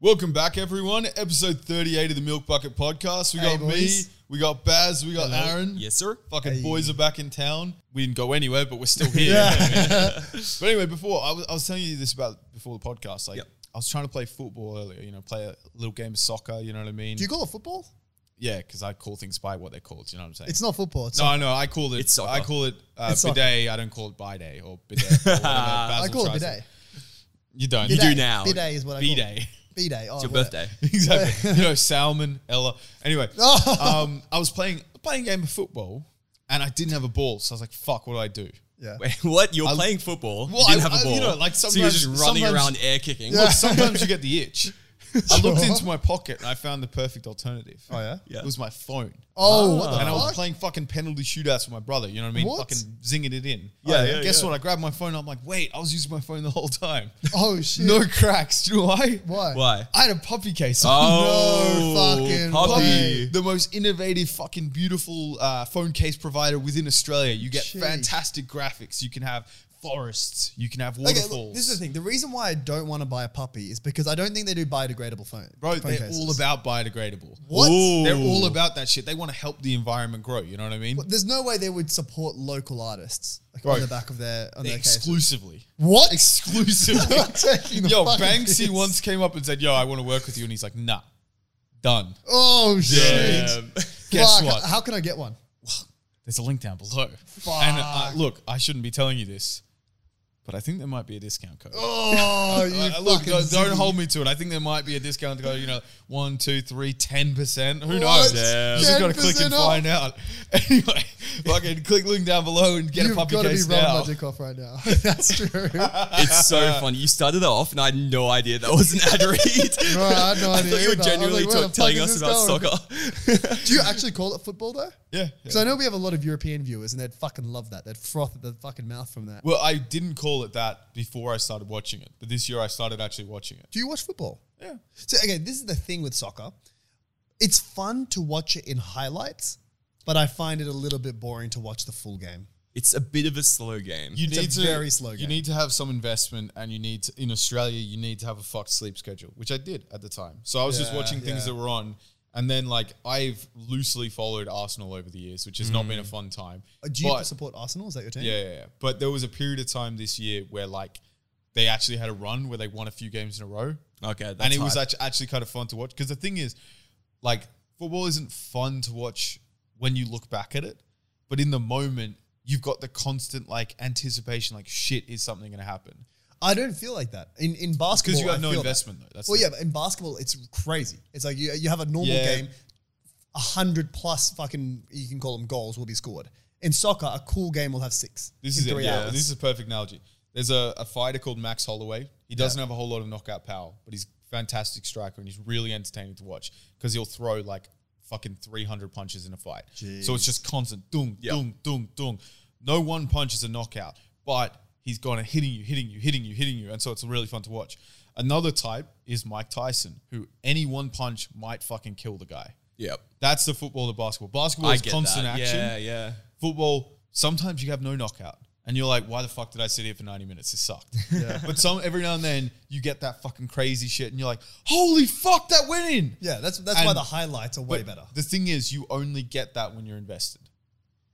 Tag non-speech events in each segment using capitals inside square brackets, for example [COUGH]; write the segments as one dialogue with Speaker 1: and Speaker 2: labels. Speaker 1: Welcome back, everyone. Episode 38 of the Milk Bucket Podcast. We
Speaker 2: Hey,
Speaker 1: got
Speaker 2: boys.
Speaker 1: me, we got Baz, we got Aaron.
Speaker 3: Yes, sir.
Speaker 1: Fucking
Speaker 2: Hey.
Speaker 1: boys are back in town. We didn't go anywhere, but we're still here. [LAUGHS] But anyway, before I was, I was telling you this about before the podcast. Like,
Speaker 3: Yep.
Speaker 1: I was trying to play football earlier. You know, play a little game of soccer. You know what I mean?
Speaker 2: Do you call it football?
Speaker 1: yeah, because I call things by what they're called. You know what I'm saying?
Speaker 2: It's not football. It's
Speaker 1: no, I know. I call it.
Speaker 3: It's soccer.
Speaker 1: I call it uh,
Speaker 2: It's soccer.
Speaker 1: bidet. I don't call it bidet or bidet. Or
Speaker 2: [LAUGHS]
Speaker 1: whatever.
Speaker 2: I
Speaker 1: Basil
Speaker 2: call it
Speaker 1: tries
Speaker 2: bidet.
Speaker 1: You don't.
Speaker 3: You
Speaker 1: You
Speaker 3: do
Speaker 2: Bidet.
Speaker 3: now.
Speaker 2: Bidet is what I
Speaker 1: do
Speaker 2: call it.
Speaker 1: bidet.
Speaker 2: Bidet. Oh,
Speaker 3: It's
Speaker 2: whatever.
Speaker 3: your birthday.
Speaker 1: [LAUGHS] exactly.
Speaker 2: [LAUGHS]
Speaker 1: you know, salmon, Ella. Anyway,
Speaker 2: Oh.
Speaker 1: um, I was playing playing a game of football, and I didn't have a ball, so I was like, "Fuck, what do I do?"
Speaker 2: Yeah.
Speaker 3: Wait, what? You're playing football.
Speaker 1: Well,
Speaker 3: you didn't
Speaker 1: I-
Speaker 3: have a
Speaker 1: I-
Speaker 3: ball.
Speaker 1: you know, like
Speaker 3: so you're just
Speaker 1: sometimes-
Speaker 3: running
Speaker 1: sometimes-
Speaker 3: around air kicking.
Speaker 1: Look, sometimes you get the
Speaker 2: [LAUGHS]
Speaker 1: itch. I looked
Speaker 2: Sure.
Speaker 1: into my pocket and I found the perfect alternative.
Speaker 2: Oh, yeah?
Speaker 3: Yeah.
Speaker 1: It was my phone.
Speaker 2: Oh, what the
Speaker 1: and I was
Speaker 2: fuck?
Speaker 1: playing fucking penalty shootouts with my brother. You know what I mean?
Speaker 2: What?
Speaker 1: Fucking zinging it in.
Speaker 3: Yeah,
Speaker 1: Oh,
Speaker 3: yeah,
Speaker 1: Guess
Speaker 3: yeah.
Speaker 1: what? I grabbed my phone. I'm like, wait, I was using my phone the whole time.
Speaker 2: [LAUGHS] Oh
Speaker 1: [LAUGHS]
Speaker 2: shit.
Speaker 1: no cracks. Do you know why? [LAUGHS]
Speaker 2: Why?
Speaker 3: Why?
Speaker 1: I had a puppy case.
Speaker 3: Oh,
Speaker 2: No fucking
Speaker 3: puppy.
Speaker 2: way.
Speaker 1: the most innovative fucking beautiful uh, phone case provider within Australia. You get
Speaker 2: Sheesh.
Speaker 1: fantastic graphics. You can have forests. You can have
Speaker 2: Okay,
Speaker 1: waterfalls.
Speaker 2: look, this is the thing. The reason why I don't want to buy a puppy is because I don't think they do biodegradable phone.
Speaker 1: Bro,
Speaker 2: phone
Speaker 1: they're
Speaker 2: cases.
Speaker 1: all about biodegradable.
Speaker 2: What?
Speaker 3: Ooh.
Speaker 1: They're all about that shit. They want to help the environment grow. You know what I mean?
Speaker 2: But There's no way they would support local artists like,
Speaker 1: Bro,
Speaker 2: on the back of their on their cases.
Speaker 1: Exclusively.
Speaker 2: What?
Speaker 1: Exclusively.
Speaker 2: [LAUGHS] I'm taking the
Speaker 1: Yo,
Speaker 2: fucking
Speaker 1: Banksy
Speaker 2: piss.
Speaker 1: once came up and said, Yo, I want to work with you. And he's like, Nah, done.
Speaker 2: Oh shit!
Speaker 1: Damn. [LAUGHS] Guess
Speaker 2: Fuck,
Speaker 1: what?
Speaker 2: How can I get one?
Speaker 1: There's a link down below.
Speaker 2: Fuck.
Speaker 1: And uh, look, I shouldn't be telling you this, but I think there might be a discount code.
Speaker 2: [LAUGHS] Oh, you
Speaker 1: Uh,
Speaker 2: fucking
Speaker 1: look, don't, don't
Speaker 2: ziggy.
Speaker 1: hold me to it. I think there might be a discount to go, you know, one, two, three, ten percent. Who
Speaker 2: What?
Speaker 1: knows?
Speaker 2: Damn.
Speaker 1: You just gotta click and
Speaker 2: 10% off.
Speaker 1: find out. [LAUGHS] Anyway, fucking click link down below and get
Speaker 2: You've
Speaker 1: a puppy
Speaker 2: gotta
Speaker 1: case
Speaker 2: be rubbing
Speaker 1: now.
Speaker 2: my dick off right now. [LAUGHS] That's true. Bro,
Speaker 3: It's so funny. You started that off, and I had no idea that was an ad read.
Speaker 2: I had no
Speaker 3: [LAUGHS] I
Speaker 2: idea.
Speaker 3: thought you
Speaker 2: either.
Speaker 3: were
Speaker 2: I'm
Speaker 3: genuinely
Speaker 2: like, where
Speaker 3: ta-
Speaker 2: the
Speaker 3: telling
Speaker 2: fuck
Speaker 3: us
Speaker 2: is this
Speaker 3: about
Speaker 2: going?
Speaker 3: soccer. [LAUGHS]
Speaker 2: Do you actually call it football though?
Speaker 1: Yeah.
Speaker 2: Because I know we have a lot of European viewers, and they'd fucking love that. They'd froth at the fucking mouth from that.
Speaker 1: Well, I didn't call it that before I started watching it, but this year I started actually watching it.
Speaker 2: Do you watch football?
Speaker 1: Yeah.
Speaker 2: So okay, this is the thing with soccer. It's fun to watch it in highlights, but I find it a little bit boring to watch the full game.
Speaker 3: it's a bit of a slow game.
Speaker 1: You
Speaker 2: It's a
Speaker 1: need to
Speaker 2: very slow
Speaker 1: You
Speaker 2: game.
Speaker 1: need to have some investment, and you need to, in Australia. You need to have a fucked sleep schedule, which I did at the time. So I was just
Speaker 2: Yeah,
Speaker 1: watching things
Speaker 2: yeah.
Speaker 1: that were on, and then like I've loosely followed Arsenal over the years, which has not been a fun time.
Speaker 2: Uh, Do you
Speaker 1: But-
Speaker 2: support Arsenal? Is that your team?
Speaker 1: yeah, yeah, yeah. But there was a period of time this year where like they actually had a run where they won a few games in a row,
Speaker 3: Okay, that's
Speaker 1: and it was
Speaker 3: hype.
Speaker 1: actually, actually kind of fun to watch. Because the thing is, like football isn't fun to watch when you look back at it, but in the moment. You've got the constant like anticipation, like shit, is something going to happen?
Speaker 2: I don't feel like that in in basketball.
Speaker 1: because you
Speaker 2: I
Speaker 1: have no
Speaker 2: feel
Speaker 1: investment though. That's
Speaker 2: That. Well,
Speaker 1: the-
Speaker 2: yeah, but in basketball, it's crazy. It's like you you have a normal
Speaker 1: Yeah.
Speaker 2: game, a hundred plus fucking you can call them goals will be scored. In soccer, a cool game will have six.
Speaker 1: This
Speaker 2: in
Speaker 1: is it.
Speaker 2: three
Speaker 1: Yeah,
Speaker 2: hours.
Speaker 1: this is a perfect analogy. There's a, a fighter called Max Holloway. He doesn't have a whole lot of knockout power, but he's a fantastic striker and he's really entertaining to watch because he'll throw like fucking 300 punches in a fight. So it's just constant dung,
Speaker 3: Yeah.
Speaker 1: dung, dung, dung. No one punch is a knockout, but he's gone and hitting you, hitting you, hitting you, hitting you. And so it's really fun to watch. Another type is Mike Tyson, who any one punch might fucking kill the guy.
Speaker 3: Yep.
Speaker 1: That's the football of basketball. Basketball
Speaker 3: I
Speaker 1: is
Speaker 3: get
Speaker 1: constant
Speaker 3: that.
Speaker 1: action
Speaker 3: Yeah, yeah.
Speaker 1: football sometimes you have no knockout and you're like why the fuck did i sit here for 90 minutes this sucked but some every now and then you get that fucking crazy shit and you're like holy fuck that went in
Speaker 2: yeah. That's that's why
Speaker 1: And-
Speaker 2: the highlights are way
Speaker 1: But
Speaker 2: better.
Speaker 1: the thing is you only get that when you're invested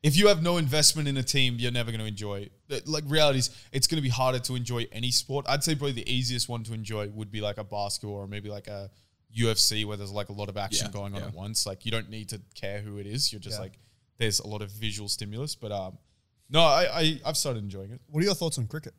Speaker 1: if you have no investment in a team you're never going to enjoy it. like reality is it's going to be harder to enjoy any sport i'd say probably the easiest one to enjoy would be like a basketball or maybe like a ufc where there's like a lot of action
Speaker 3: Yeah,
Speaker 1: going on
Speaker 3: yeah.
Speaker 1: at once like you don't need to care who it is you're just
Speaker 2: Yeah.
Speaker 1: like there's a lot of visual stimulus but um no, I, I I've started enjoying it.
Speaker 2: What are your thoughts on cricket?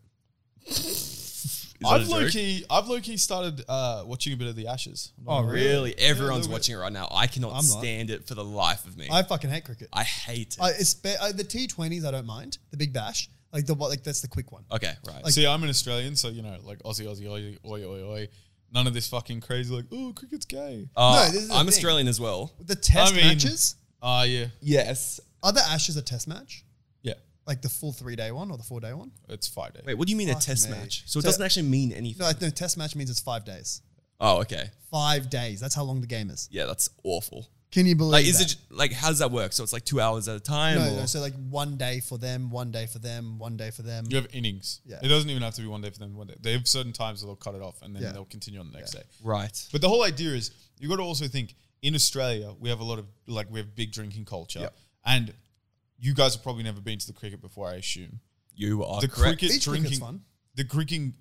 Speaker 3: Is that a
Speaker 1: I've
Speaker 3: joke?
Speaker 1: low key I've low key started uh, watching a bit of the Ashes.
Speaker 2: Oh,
Speaker 3: Really, everyone's
Speaker 1: little bit.
Speaker 3: watching it right now. I cannot
Speaker 2: I'm not.
Speaker 3: stand it for the life of me.
Speaker 2: I
Speaker 3: i
Speaker 2: fucking hate cricket.
Speaker 3: hate it.
Speaker 2: I, it's be, I, the T twenties I don't mind. The Big Bash, like the what, like that's the quick one.
Speaker 3: okay, right.
Speaker 1: See, I'm an Australian, so you know, like Aussie, Aussie, Aussie, oi, oi, oi. None of this fucking crazy, like, oh, cricket's gay.
Speaker 3: Uh,
Speaker 2: this is the
Speaker 3: I'm
Speaker 2: thing.
Speaker 3: Australian as well.
Speaker 2: The test
Speaker 1: I mean-
Speaker 2: matches
Speaker 1: Ah, yeah,
Speaker 3: Yes.
Speaker 2: are the Ashes a test match?
Speaker 1: yeah.
Speaker 2: Like the full three day one or the four day one?
Speaker 1: It's five day.
Speaker 3: Wait, what do you mean a
Speaker 2: Fuck
Speaker 3: test
Speaker 2: me.
Speaker 3: match? So it
Speaker 2: So-
Speaker 3: doesn't actually mean anything.
Speaker 2: No, like, no test match means it's five days.
Speaker 3: oh, okay.
Speaker 2: Five days. That's how long the game is.
Speaker 3: Yeah, that's awful.
Speaker 2: Can you believe
Speaker 3: Like, is
Speaker 2: that?
Speaker 3: it j- like how does that work? So it's like two hours at a time.
Speaker 2: no,
Speaker 3: or?
Speaker 2: no, so like one day for them, one day for them, one day for them.
Speaker 1: You have innings.
Speaker 2: Yeah.
Speaker 1: It doesn't even have to be one day for them. One day. They have certain times that they'll cut it off and then
Speaker 2: Yeah.
Speaker 1: they'll continue on the next day.
Speaker 3: right.
Speaker 1: But the whole idea is you got to also think in Australia we have a lot of like we have big drinking culture,
Speaker 3: Yep.
Speaker 1: and you guys have probably never been to the cricket before, I assume.
Speaker 3: You are
Speaker 1: The
Speaker 3: correct.
Speaker 1: cricket
Speaker 2: Beach cricket's
Speaker 1: drinking,
Speaker 2: fun.
Speaker 1: the cricking.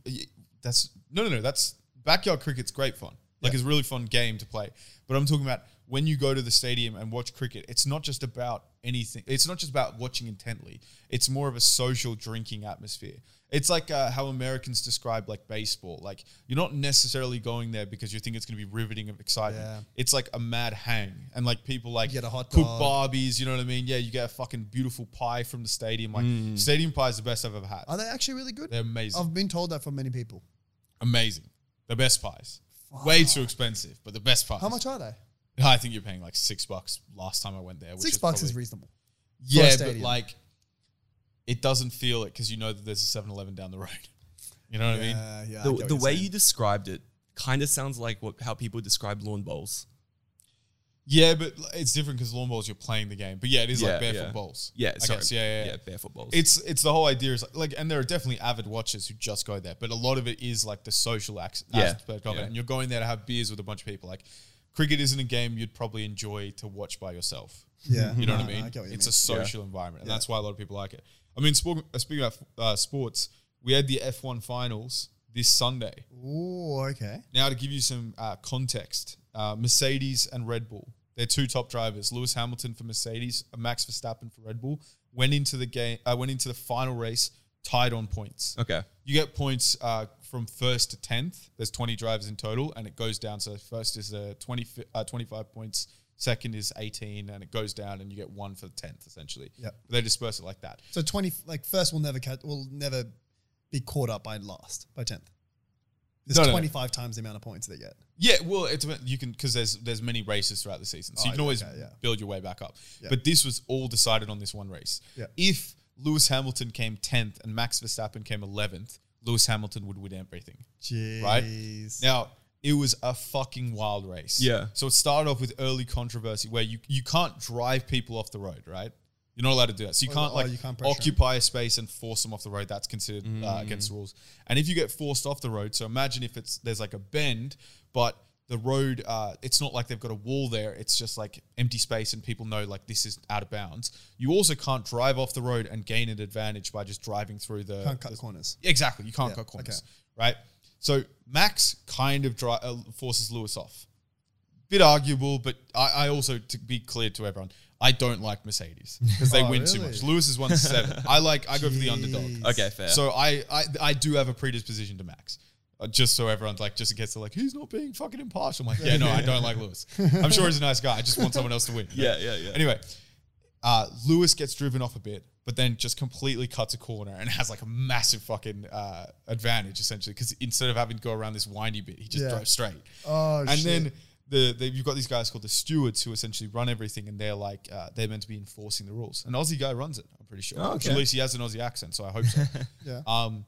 Speaker 1: That's no, no, no. That's backyard cricket's great fun. Like it's a really fun game to play. But I'm talking about when you go to the stadium and watch cricket. It's not just about anything. It's not just about watching intently. It's more of a social drinking atmosphere. It's like uh, how Americans describe like baseball. Like you're not necessarily going there because you think it's going to be riveting of excitement.
Speaker 2: Yeah.
Speaker 1: It's like a mad hang, and like people like
Speaker 2: get a hot
Speaker 1: cook
Speaker 2: dog.
Speaker 1: barbies. You know what I mean? Yeah, you get a fucking beautiful pie from the stadium. Like stadium pie is the best I've ever had.
Speaker 2: Are they actually really good?
Speaker 1: They're amazing.
Speaker 2: Mm. I've been told that from many people.
Speaker 1: Amazing. The best pies. Way too expensive, but the best pies.
Speaker 2: How much are they?
Speaker 1: I think you're paying like six bucks last time I went there. Which
Speaker 2: Six bucks is
Speaker 1: probably-
Speaker 2: reasonable. a
Speaker 1: yeah, but
Speaker 2: stadium.
Speaker 1: like it doesn't feel it because you know that there's a 7-Eleven down the road. [LAUGHS] You know what I mean?
Speaker 2: Yeah, yeah. I
Speaker 3: The,
Speaker 2: get what
Speaker 3: the
Speaker 2: you're
Speaker 3: way
Speaker 2: saying.
Speaker 3: you described it kind of sounds like what how people describe lawn bowls.
Speaker 1: Yeah, but it's different because lawn bowls you're playing the game. But yeah, it is like
Speaker 3: Yeah,
Speaker 1: barefoot
Speaker 3: yeah.
Speaker 1: bowls.
Speaker 3: Yeah,
Speaker 1: I
Speaker 3: sorry.
Speaker 1: guess. Yeah, yeah, yeah.
Speaker 3: barefoot bowls.
Speaker 1: It's it's the whole idea is like, like, and there are definitely avid watchers who just go there, but a lot of it is like the social ac-
Speaker 3: Yeah,
Speaker 1: aspect of
Speaker 3: yeah.
Speaker 1: it, and you're going there to have beers with a bunch of people. Like, cricket isn't a game you'd probably enjoy to watch by yourself.
Speaker 2: Yeah.
Speaker 1: you know
Speaker 2: No,
Speaker 1: what I
Speaker 2: no,
Speaker 1: mean.
Speaker 2: I get what you
Speaker 1: it's
Speaker 2: mean.
Speaker 1: a social environment, and that's why a lot of people like it. I mean, spor- uh, speaking about uh, sports, we had the F1 finals this Sunday.
Speaker 2: Ooh, okay.
Speaker 1: Now, to give you some uh, context, uh, Mercedes and Red Bull, their two top drivers, Lewis Hamilton for Mercedes, uh, Max Verstappen for Red Bull, went into the game, uh, went into the final race tied on points.
Speaker 3: okay.
Speaker 1: You get points uh, from first to tenth. There's 20 drivers in total, and it goes down. So first is uh, 20, fi- uh, 25 points. Second is 18, and it goes down, and you get one for the tenth essentially.
Speaker 2: Yep.
Speaker 1: they disperse it like that.
Speaker 2: So twenty, like first, will never catch, will never be caught up by last by tenth. There's
Speaker 1: No, no, no.
Speaker 2: twenty five times the amount of points they get.
Speaker 1: Yeah, well, it's you can because there's there's many races throughout the season, so
Speaker 2: Oh,
Speaker 1: you can
Speaker 2: yeah,
Speaker 1: always
Speaker 2: yeah, yeah.
Speaker 1: build your way back up.
Speaker 2: Yeah.
Speaker 1: But this was all decided on this one race.
Speaker 2: Yeah.
Speaker 1: If Lewis Hamilton came tenth and Max Verstappen came eleventh, Lewis Hamilton would win everything.
Speaker 2: Jeez.
Speaker 1: Now it was a fucking wild race.
Speaker 3: Yeah.
Speaker 1: So it started off with early controversy where you you can't drive people off the road, right? You're not allowed to do that. So you
Speaker 2: Oh,
Speaker 1: can't
Speaker 2: oh,
Speaker 1: like
Speaker 2: you can't pressure Mm. 'em.
Speaker 1: occupy a space and force them off the road. That's considered uh, against the rules. And if you get forced off the road, so imagine if it's there's like a bend, but the road uh, it's not like they've got a wall there. It's just like empty space, and people know like this is out of bounds. You also can't drive off the road and gain an advantage by just driving through the
Speaker 2: can't cut the corners.
Speaker 1: Exactly. You can't
Speaker 2: Yeah,
Speaker 1: cut corners,
Speaker 2: okay.
Speaker 1: right? So Max kind of dri- uh, forces Lewis off. Bit arguable, but I, I also, to be clear to everyone, I don't like Mercedes because they
Speaker 2: [LAUGHS] Oh,
Speaker 1: win too
Speaker 2: really?
Speaker 1: much. Lewis is one seven. I like. I go for the underdog.
Speaker 2: Jeez.
Speaker 3: Okay, fair.
Speaker 1: So I, I I do have a predisposition to Max. Uh, just so everyone's like, just in case they're like, he's not being fucking impartial. I'm like, yeah, no, I don't like
Speaker 2: [LAUGHS]
Speaker 1: Lewis. I'm sure he's a nice guy. I just want someone else to win.
Speaker 3: Yeah, yeah, yeah.
Speaker 1: Anyway, uh, Lewis gets driven off a bit, but then just completely cuts a corner and has like a massive fucking uh, advantage essentially because instead of having to go around this windy bit, he just
Speaker 2: Yeah.
Speaker 1: drove straight.
Speaker 2: Oh,
Speaker 1: and
Speaker 2: shit.
Speaker 1: then. The, the, you've got these guys called the stewards who essentially run everything, and they're like uh, they're meant to be enforcing the rules. An Aussie guy runs it, I'm pretty sure.
Speaker 3: Oh, okay.
Speaker 1: At least he has an Aussie accent, so I hope
Speaker 3: [LAUGHS]
Speaker 1: so.
Speaker 2: yeah.
Speaker 1: Um,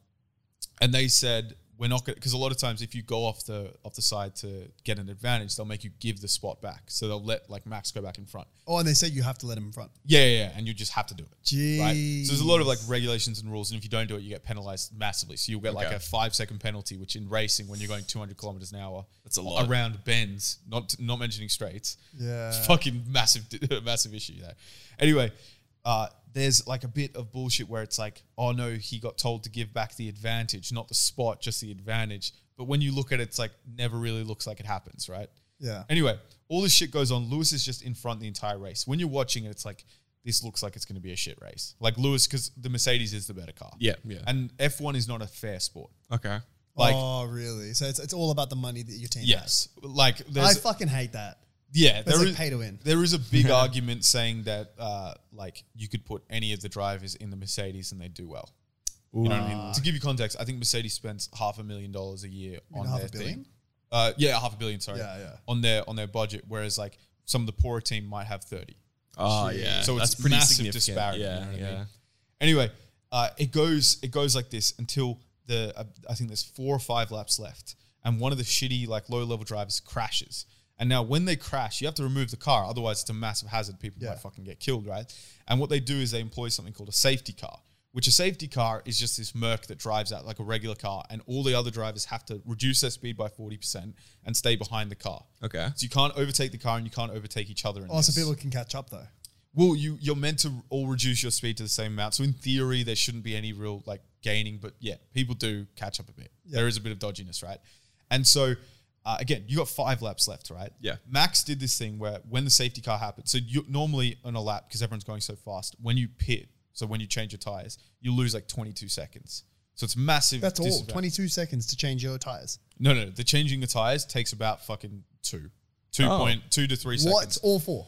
Speaker 1: and they said we're not going because a lot of times if you go off the off the side to get an advantage, they'll make you give the spot back. So they'll let like Max go back in front.
Speaker 2: oh, and they say you have to let him
Speaker 1: [LAUGHS]
Speaker 2: in front.
Speaker 1: Yeah, yeah, yeah and you just have to do it. Right. So there's a lot of like
Speaker 2: Jeez.
Speaker 1: regulations and rules, and if you don't do it, you get penalized massively. So you'll get like
Speaker 3: Okay.
Speaker 1: a five second penalty, which in racing, when you're going 200 kilometers an hour,
Speaker 3: That's a lot.
Speaker 1: around bends, not not mentioning straights.
Speaker 2: Yeah.
Speaker 1: Fucking massive, [LAUGHS] massive issue there. Anyway, uh, there's like a bit of bullshit where it's like, oh no, he got told to give back the advantage, not the spot, just the advantage. But when you look at it, it's like never really looks like it happens, right?
Speaker 2: Yeah.
Speaker 1: Anyway, all this shit goes on. Lewis is just in front the entire race. When you're watching it, it's like this looks like it's going to be a shit race. Like Lewis, because the Mercedes is the better car.
Speaker 3: Yeah, yeah.
Speaker 1: And F1 is not a fair sport.
Speaker 3: okay.
Speaker 1: Like
Speaker 2: oh, really? So it's, it's all about the money that your team
Speaker 1: yes, like
Speaker 2: has. I
Speaker 1: there's
Speaker 2: fucking hate that.
Speaker 1: yeah,
Speaker 2: That's
Speaker 1: there
Speaker 2: like
Speaker 1: is-
Speaker 2: pay to win.
Speaker 1: There is a big argument saying that uh, like you could put any of the drivers in the Mercedes and they do well. You know what I mean? To give you context, I think Mercedes spends half a million dollars a year on
Speaker 2: half
Speaker 1: their
Speaker 2: a billion?
Speaker 1: thing. Uh, yeah, half a billion. Sorry,
Speaker 2: Yeah, yeah.
Speaker 1: on their on their budget. Whereas like some of the poorer team might have thirty.
Speaker 3: Oh yeah.
Speaker 1: So it's
Speaker 3: That's pretty
Speaker 1: massive
Speaker 3: significant.
Speaker 1: disparity.
Speaker 3: Yeah,
Speaker 1: you know what I
Speaker 3: yeah.
Speaker 1: mean? Anyway, uh, it goes it goes like this until the uh, I think there's four or five laps left, and one of the shitty like low level drivers crashes, And now when they crash, you have to remove the car, otherwise it's a massive hazard. People
Speaker 2: Yeah.
Speaker 1: might fucking get killed, right? And what they do is they employ something called a safety car, which a safety car is just this Merc that drives out like a regular car, and all the other drivers have to reduce their speed by forty percent and stay behind the car.
Speaker 3: Okay.
Speaker 1: So you can't overtake the car and you can't overtake each other. In
Speaker 2: Oh, so
Speaker 1: this.
Speaker 2: people can catch up though.
Speaker 1: Well, you you're meant to all reduce your speed to the same amount. So in theory, there shouldn't be any real like gaining, but yeah, people do catch up a bit. There is a bit of dodginess, right? And so uh, again, you got five laps left, right?
Speaker 3: Yeah.
Speaker 1: Max did this thing where when the safety car happened, so you normally on a lap because everyone's going so fast, when you pit, so when you change your tires, you lose like 22 seconds. So it's massive.
Speaker 2: That's all.
Speaker 1: disadvantage.
Speaker 2: Twenty two seconds to change your tires.
Speaker 1: No, no, the changing the tires takes about fucking two, two
Speaker 3: Oh.
Speaker 1: point two to three seconds.
Speaker 2: What? All four.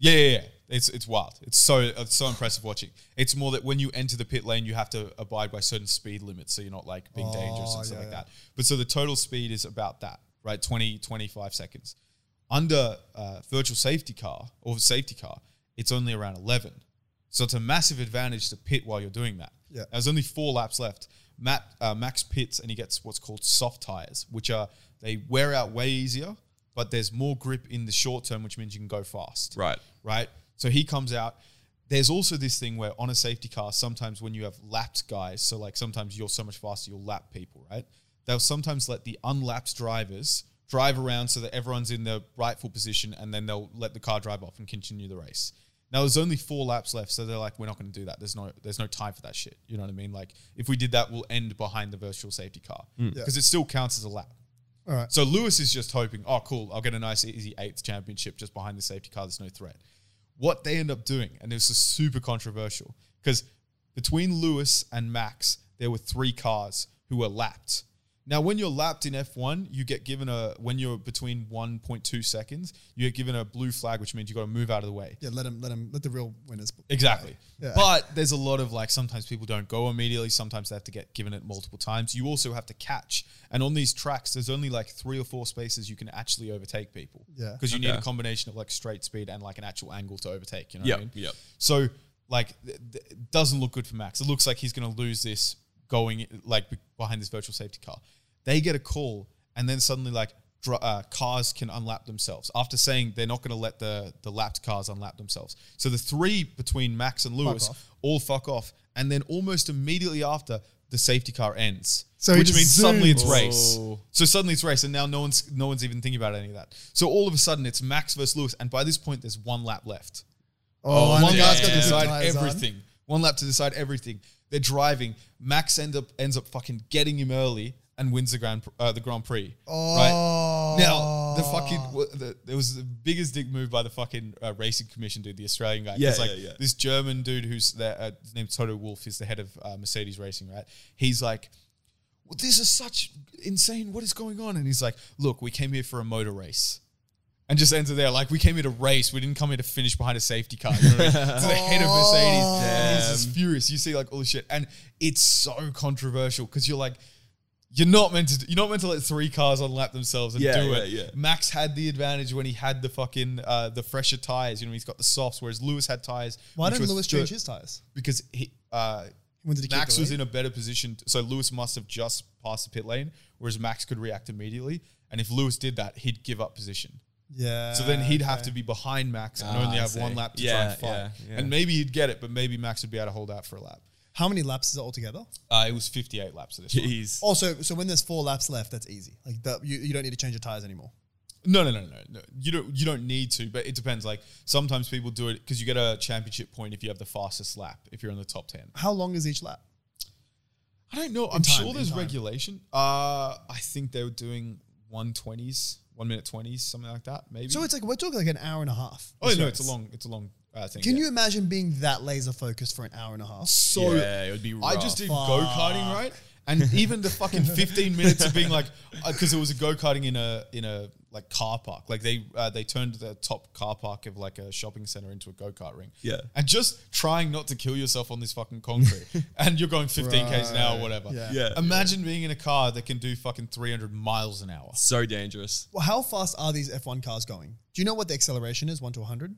Speaker 1: Yeah, yeah, yeah. It's it's wild. It's so it's so impressive watching. It's more that when you enter the pit lane, you have to abide by certain speed limits, so you're not like being dangerous
Speaker 2: Oh,
Speaker 1: and stuff
Speaker 2: yeah,
Speaker 1: like
Speaker 2: yeah.
Speaker 1: that. But so the total speed is about that, right? 20, 25 seconds. Under uh, virtual safety car or safety car, it's only around eleven. So it's a massive advantage to pit while you're doing that.
Speaker 2: Yeah.
Speaker 1: There's only four laps left. Matt uh, Max pits and he gets what's called soft tires, which are they wear out way easier, but there's more grip in the short term, which means you can go fast
Speaker 3: Right.
Speaker 1: right? So he comes out. There's also this thing where on a safety car, sometimes when you have lapped guys, so like sometimes you're so much faster, you'll lap people, right? They'll sometimes let the unlapped drivers drive around so that everyone's in the rightful position and then they'll let the car drive off and continue the race. Now there's only four laps left, so they're like, we're not gonna do that. There's no there's no time for that shit. You know what I mean? Like if we did that, we'll end behind the virtual safety car.
Speaker 2: Yeah.
Speaker 1: Because it still counts as a lap.
Speaker 2: All right.
Speaker 1: So Lewis is just hoping, oh, cool, I'll get a nice, easy eighth championship just behind the safety car. There's no threat. What they end up doing, and this is super controversial, because between Lewis and Max, there were three cars who were lapped. Now, when you're lapped in F1, you get given a, when you're between 1.2 seconds, you get given a blue flag, which means you got to move out of the way.
Speaker 2: Yeah. Let him. Let him. Let the real winners.
Speaker 1: Exactly.
Speaker 2: Yeah.
Speaker 1: But there's a lot of like sometimes people don't go immediately, sometimes they have to get given it multiple times. You also have to catch. And on these tracks, there's only like three or four spaces you can actually overtake people.
Speaker 2: Yeah.
Speaker 1: Because you need
Speaker 3: Okay.
Speaker 1: a combination of like straight speed and like an actual angle to overtake. You know
Speaker 3: Yep,
Speaker 1: what I mean?
Speaker 3: yep.
Speaker 1: So like th- th- it doesn't look good for Max. It looks like he's gonna lose this going like be- behind this virtual safety car. They get a call and then suddenly like dr- uh, cars can unlap themselves after saying they're not going to let the the lapped cars unlap themselves. So the three between Max and Lewis
Speaker 2: off.
Speaker 1: all fuck off, and then almost immediately after the safety car ends,
Speaker 2: So he
Speaker 1: which
Speaker 2: just
Speaker 1: means suddenly it's
Speaker 2: zooms.
Speaker 1: race.
Speaker 3: Oh.
Speaker 1: So suddenly it's race, and now no one's no one's even thinking about any of that. So all of a sudden it's Max versus Lewis, and by this point there's one lap left.
Speaker 2: Oh, and
Speaker 1: One
Speaker 2: the
Speaker 1: lap's
Speaker 2: guy's
Speaker 1: got to
Speaker 2: good
Speaker 1: decide
Speaker 2: tires on.
Speaker 1: everything. One lap to decide everything. They're driving. Max end up ends up fucking getting him early and wins the grand uh, the Grand Prix. Right now, the fucking w- the, there was the biggest dick move by the fucking uh, racing commission dude, the Australian guy. 'Cause,
Speaker 3: Yeah,
Speaker 1: like
Speaker 3: yeah, yeah.
Speaker 1: this German dude who's there, uh, his name's Toto Wolf. He's the head of uh, Mercedes Racing, right? He's like. Well, this is such insane. What is going on? And he's like, "Look, we came here for a motor race." and just enter there. Like we came here to race, we didn't come here to finish behind a safety car. You know what I mean? so the head of
Speaker 3: [LAUGHS]
Speaker 1: Mercedes is just furious. You see like all this shit, and it's so controversial because you're like, you're not meant to. You're not meant to let three cars unlap themselves and
Speaker 3: Yeah,
Speaker 1: do
Speaker 3: yeah,
Speaker 1: it.
Speaker 3: yeah.
Speaker 1: Max had the advantage when he had the fucking uh, the fresher tires. You know, he's got the softs, whereas Lewis had tires.
Speaker 2: Why
Speaker 1: which
Speaker 2: didn't
Speaker 1: was
Speaker 2: Lewis
Speaker 1: dirt-
Speaker 2: change his tires?
Speaker 1: Because he. Uh,
Speaker 2: When did he keep
Speaker 1: Max
Speaker 2: the
Speaker 1: was
Speaker 2: lead?
Speaker 1: in a better position. t- so Lewis must have just passed the pit lane, whereas Max could react immediately. And if Lewis did that, he'd give up position.
Speaker 2: Yeah.
Speaker 1: So then he'd have to be behind Max and
Speaker 3: Ah,
Speaker 1: only
Speaker 3: I
Speaker 1: have
Speaker 3: see.
Speaker 1: one lap to try
Speaker 3: Yeah,
Speaker 1: and fight.
Speaker 3: yeah, yeah.
Speaker 1: And maybe he'd get it, but maybe Max would be able to hold out for a lap.
Speaker 2: How many laps is it altogether?
Speaker 1: Uh, it was 58 laps of this one.
Speaker 3: Jeez.
Speaker 2: Also, so when there's four laps left, that's easy. Like the, you, you don't need to change your tires anymore.
Speaker 1: No, no, no, no, no. You don't. You don't need to, but it depends. Like sometimes people do it because you get a championship point if you have the fastest lap if you're in the top ten.
Speaker 2: How long is each lap?
Speaker 1: I don't know. I'm
Speaker 2: time,
Speaker 1: sure
Speaker 2: in
Speaker 1: there's
Speaker 2: time.
Speaker 1: regulation. Uh, I think they were doing 120s, one minute 20s, something like that. Maybe.
Speaker 2: So it's like we're talking like an hour and a half.
Speaker 1: oh
Speaker 2: This
Speaker 1: no,
Speaker 2: race.
Speaker 1: it's a long. It's a long uh, thing.
Speaker 2: Can
Speaker 1: yeah.
Speaker 2: you imagine being that laser focused for an hour and a half?
Speaker 1: so
Speaker 3: Yeah, it would be
Speaker 1: I
Speaker 3: rough.
Speaker 1: just did go karting right,
Speaker 2: [LAUGHS]
Speaker 1: and even the fucking fifteen minutes of being like, because it was a go karting in a in a like car park. Like they uh, they turned the top car park of like a shopping center into a go kart ring.
Speaker 3: Yeah.
Speaker 1: and just trying not to kill yourself on this fucking
Speaker 3: [LAUGHS]
Speaker 1: concrete, and you're going fifteen k's an hour, or whatever.
Speaker 2: Yeah.
Speaker 3: Yeah.
Speaker 1: Imagine being in a car that can do fucking three hundred miles an hour.
Speaker 3: so dangerous.
Speaker 2: Well, how fast are these F1 cars going? Do you know what the acceleration is? One to 100?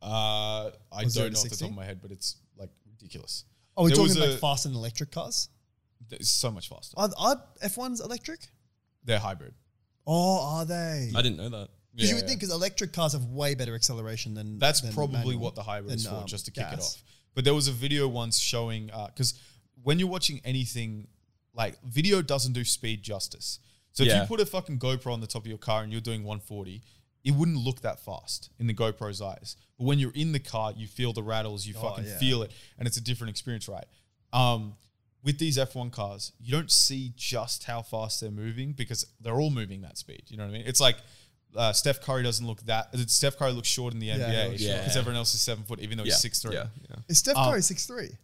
Speaker 1: Uh, I
Speaker 2: Was there
Speaker 1: don't
Speaker 2: a
Speaker 1: know off the
Speaker 2: 60?
Speaker 1: top of my head, but it's like ridiculous.
Speaker 2: Oh, we're
Speaker 1: There was
Speaker 2: talking
Speaker 1: a-
Speaker 2: like fast and electric cars?
Speaker 1: It's so much faster.
Speaker 2: Are, are F1s electric?
Speaker 1: They're hybrid.
Speaker 2: Oh, are they?
Speaker 3: I didn't know that.
Speaker 1: Yeah,
Speaker 2: Because you would think, because electric cars have way better acceleration than
Speaker 1: That's
Speaker 2: than
Speaker 1: probably
Speaker 2: manual,
Speaker 1: what the hybrid is
Speaker 2: than,
Speaker 1: for,
Speaker 2: um,
Speaker 1: just to kick it
Speaker 2: gas.
Speaker 1: off. But there was a video once showing because when you're watching anything, like video doesn't do speed justice. So if
Speaker 3: Yeah.
Speaker 1: you put a fucking GoPro on the top of your car and you're doing 140, it wouldn't look that fast in the GoPro's eyes. But when you're in the car, you feel the rattles, you fucking
Speaker 2: Oh, yeah.
Speaker 1: feel it, and it's a different experience, right? Um, with these F1 cars, you don't see just how fast they're moving because they're all moving that speed. You know what I mean? It's like uh, Steph Curry doesn't look that. uh, Steph Curry looks short in the
Speaker 2: Yeah,
Speaker 1: NBA
Speaker 2: he looks
Speaker 1: because
Speaker 3: short. Yeah.
Speaker 1: everyone else is seven foot, even though
Speaker 3: Yeah,
Speaker 1: he's six three.
Speaker 3: Yeah,
Speaker 1: Yeah.
Speaker 3: yeah.
Speaker 2: Is Steph
Speaker 1: Um,
Speaker 2: Curry six three?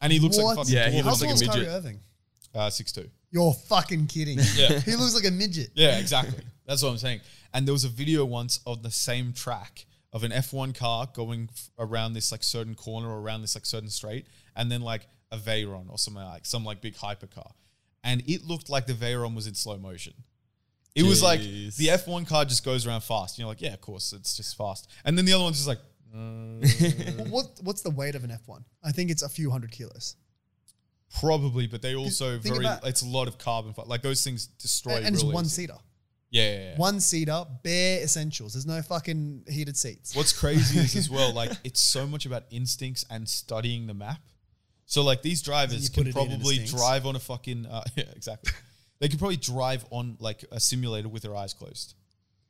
Speaker 1: and he looks like a fucking
Speaker 3: Ah. Yeah, he
Speaker 1: dwarf.
Speaker 2: How
Speaker 3: looks like a
Speaker 2: tall is Kyrie
Speaker 3: midget.
Speaker 2: Irving?
Speaker 1: uh, six two.
Speaker 2: You're fucking kidding.
Speaker 1: Yeah.
Speaker 2: [LAUGHS] he looks like a midget.
Speaker 1: Yeah, exactly. That's what I'm saying. And there was a video once of the same track of an F1 car going f- around this like certain corner or around this like certain straight, and then like a Veyron or something like some like big hypercar, and it looked like the Veyron was in slow motion. It was like
Speaker 3: Jeez.
Speaker 1: the F1 car just goes around fast. You're like, yeah, of course, it's just fast. And then the other one's just like,
Speaker 2: Well, What what's the weight of an F one? I think it's a few hundred kilos.
Speaker 1: Probably, but they also
Speaker 2: think
Speaker 1: very.
Speaker 2: about-
Speaker 1: it's a lot of carbon. fi- Like those things destroy.
Speaker 2: And, and it's
Speaker 1: really
Speaker 2: one
Speaker 1: easy.
Speaker 2: seater.
Speaker 1: Yeah, yeah, yeah.
Speaker 2: One seater, bare essentials. There's no fucking heated
Speaker 1: [LAUGHS]
Speaker 2: seats.
Speaker 1: What's crazy is as well, like it's so much about instincts and studying the map. So like these drivers can
Speaker 2: put it in and it
Speaker 1: probably
Speaker 2: stinks.
Speaker 1: drive on a fucking uh, [LAUGHS] yeah, exactly. they could probably drive on like a simulator with their eyes closed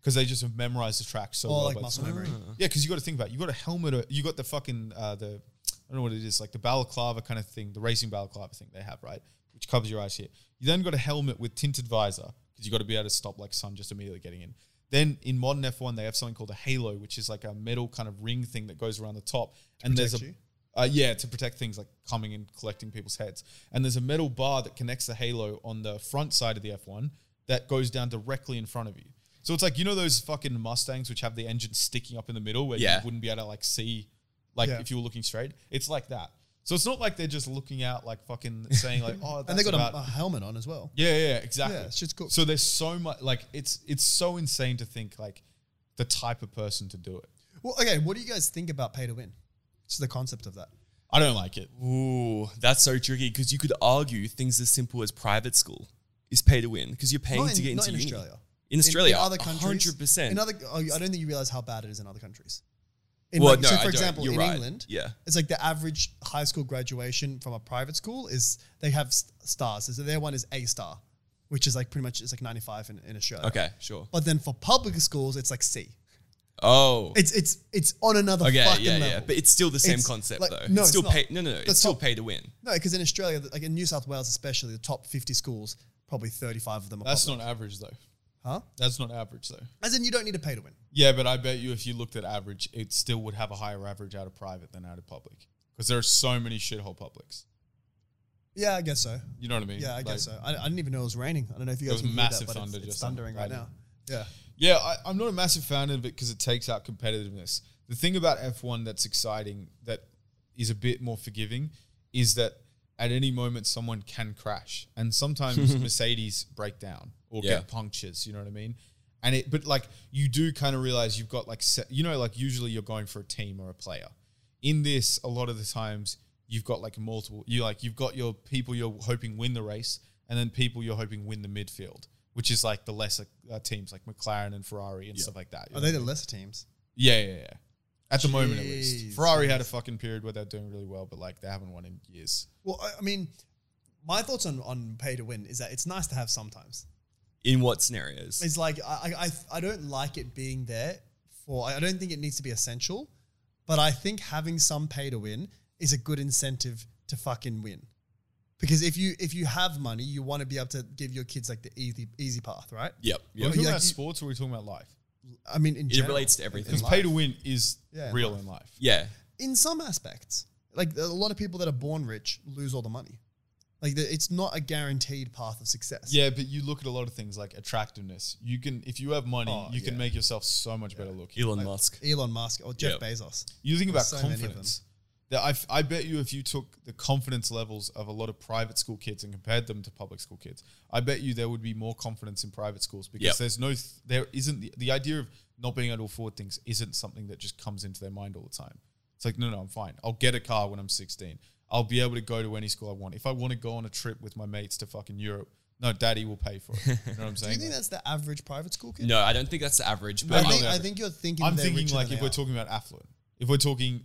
Speaker 1: because they just have memorized the track so
Speaker 2: Or
Speaker 1: well.
Speaker 2: like
Speaker 1: by the
Speaker 2: muscle
Speaker 1: time-
Speaker 2: memory.
Speaker 1: Yeah, because you got to think about it. you got a helmet. Or, you got the fucking uh, the I don't know what it is like the balaclava kind of thing, the racing balaclava thing they have, right? Which covers your eyes here. You then got a helmet with tinted visor because you got to be able to stop like sun just immediately getting in. Then in modern F1 they have something called a halo, which is like a metal kind of ring thing that goes around the top, and there's a
Speaker 2: protect you?
Speaker 1: uh, yeah, to protect things like coming and collecting people's heads. And there's a metal bar that connects the halo on the front side of the F1 that goes down directly in front of you. So it's like you know those fucking Mustangs which have the engine sticking up in the middle where
Speaker 3: Yeah.
Speaker 1: you wouldn't be able to like see, like
Speaker 2: Yeah.
Speaker 1: if you were looking straight. It's like that. So it's not like they're just looking out like fucking saying
Speaker 2: [LAUGHS]
Speaker 1: like oh that's
Speaker 2: and they got
Speaker 1: about
Speaker 2: a, a helmet on as well.
Speaker 1: yeah, yeah, exactly.
Speaker 2: Yeah, it's just cool.
Speaker 1: So there's so much like it's it's so insane to think like the type of person to do it.
Speaker 2: Well, okay, what do you guys think about pay to win? Just the concept of that.
Speaker 1: I don't like it.
Speaker 3: Ooh, that's so tricky because you could argue things as simple as private school is pay to win because you're paying
Speaker 2: Not in,
Speaker 3: to get
Speaker 2: not
Speaker 3: into
Speaker 2: in
Speaker 3: uni.
Speaker 2: Australia.
Speaker 3: In Australia,
Speaker 2: other countries,
Speaker 3: 100%.
Speaker 2: In other, oh, I don't think you realize how bad it is in other countries. In
Speaker 3: Well,
Speaker 2: like-
Speaker 3: no,
Speaker 2: so
Speaker 3: I
Speaker 2: for
Speaker 3: don't.
Speaker 2: example,
Speaker 3: You're
Speaker 2: in
Speaker 3: right.
Speaker 2: England,
Speaker 3: Yeah.
Speaker 2: it's like the average high school graduation from a private school is they have s- stars. So their one is A star, which is like pretty much it's like ninety five in, in Australia.
Speaker 3: Okay, sure.
Speaker 2: but then for public schools, it's like C.
Speaker 3: Oh,
Speaker 2: It's it's it's on another
Speaker 3: okay,
Speaker 2: fucking
Speaker 3: yeah,
Speaker 2: level.
Speaker 3: yeah. But it's still the same
Speaker 2: It's
Speaker 3: concept,
Speaker 2: like-
Speaker 3: though.
Speaker 2: no, it's
Speaker 3: still
Speaker 2: not.
Speaker 3: pay. No, no, no. It's
Speaker 2: That's
Speaker 3: still
Speaker 2: not-
Speaker 3: phy to win.
Speaker 2: no, because in Australia, like in New South Wales especially, the top fifty schools, probably thirty five of them are
Speaker 1: That's
Speaker 2: public.
Speaker 1: not average though.
Speaker 2: huh?
Speaker 1: That's not average though.
Speaker 2: As in, you don't need to pay to win.
Speaker 1: Yeah, but I bet you if you looked at average, it still would have a higher average out of private than out of public because there are so many shithole publics.
Speaker 2: Yeah, I guess so.
Speaker 1: You know what I mean?
Speaker 2: Yeah, I
Speaker 1: Like,
Speaker 2: guess so. I, I didn't even know it was raining. I don't know if you guys
Speaker 1: was
Speaker 2: can hear
Speaker 1: massive
Speaker 2: that, but
Speaker 1: thunder
Speaker 2: it's, it's
Speaker 1: just
Speaker 2: thundering right now.
Speaker 1: raining.
Speaker 2: Yeah.
Speaker 1: Yeah, I, I'm not a massive fan of it because it takes out competitiveness. The thing about F1 that's exciting, that is a bit more forgiving, is that at any moment someone can crash, and sometimes Mercedes break down or
Speaker 3: Yeah.
Speaker 1: get punctures. You know what I mean? And it, but like you do kind of realize you've got like set, you know, like usually you're going for a team or a player. In this, a lot of the times you've got like multiple. You like you've got your people you're hoping win the race, and then people you're hoping win the midfield, which is like the lesser uh, teams like McLaren and Ferrari and stuff like that. you
Speaker 2: Are
Speaker 1: know?
Speaker 2: they the lesser teams?
Speaker 1: Yeah, yeah, yeah. At the moment, at least,
Speaker 2: Jeez,
Speaker 1: Ferrari had a fucking period where they're doing really well, but like they haven't won in years.
Speaker 2: Well, I, I mean, my thoughts on, on pay to win is that it's nice to have sometimes.
Speaker 3: In what scenarios?
Speaker 2: It's like I, I- I, I don't like it being there for, I don't think it needs to be essential, but I think having some pay to win is a good incentive to fucking win. Because if you if you have money, you want to be able to give your kids like the easy easy path, right?
Speaker 3: Yep.
Speaker 1: Are we
Speaker 3: yep.
Speaker 1: talking
Speaker 2: yeah,
Speaker 1: about
Speaker 2: you-
Speaker 1: sports or are we talking about life?
Speaker 2: I mean, in general,
Speaker 3: relates to
Speaker 2: in
Speaker 3: everything.
Speaker 1: Because
Speaker 2: life.
Speaker 1: pay to win is
Speaker 2: Yeah, in
Speaker 1: real in life.
Speaker 3: Yeah.
Speaker 2: in some aspects. Like a lot of people that are born rich lose all the money. Like the, it's not a guaranteed path of success.
Speaker 1: Yeah, but you look at a lot of things like attractiveness. You can, if you have money,
Speaker 2: Oh,
Speaker 1: you can
Speaker 2: yeah.
Speaker 1: make yourself so much better looking.
Speaker 3: Elon Musk.
Speaker 2: Elon Musk or Jeff
Speaker 3: Yep.
Speaker 2: Bezos.
Speaker 1: You think about
Speaker 2: so many of
Speaker 1: confidence. That I, I bet you, if you took the confidence levels of a lot of private school kids and compared them to public school kids, I bet you there would be more confidence in private schools because
Speaker 3: Yep.
Speaker 1: there's no, th- there isn't the, the idea of not being able to afford things isn't something that just comes into their mind all the time. It's like, no, no, I'm fine. I'll get a car when I'm 16. I'll be able to go to any school I want. If I want to go on a trip with my mates to fucking Europe, No, daddy will pay for it. You know what I'm
Speaker 2: [LAUGHS] Do you
Speaker 1: saying?
Speaker 2: think that's the average private school kid?
Speaker 3: No, I don't think that's the average.
Speaker 2: I
Speaker 3: But
Speaker 2: think,
Speaker 1: average.
Speaker 2: I think you're thinking.
Speaker 1: I'm
Speaker 2: they're
Speaker 1: thinking
Speaker 2: richer
Speaker 1: like
Speaker 2: than
Speaker 1: if
Speaker 2: they
Speaker 1: we're
Speaker 2: are.
Speaker 1: talking about affluent, if we're talking,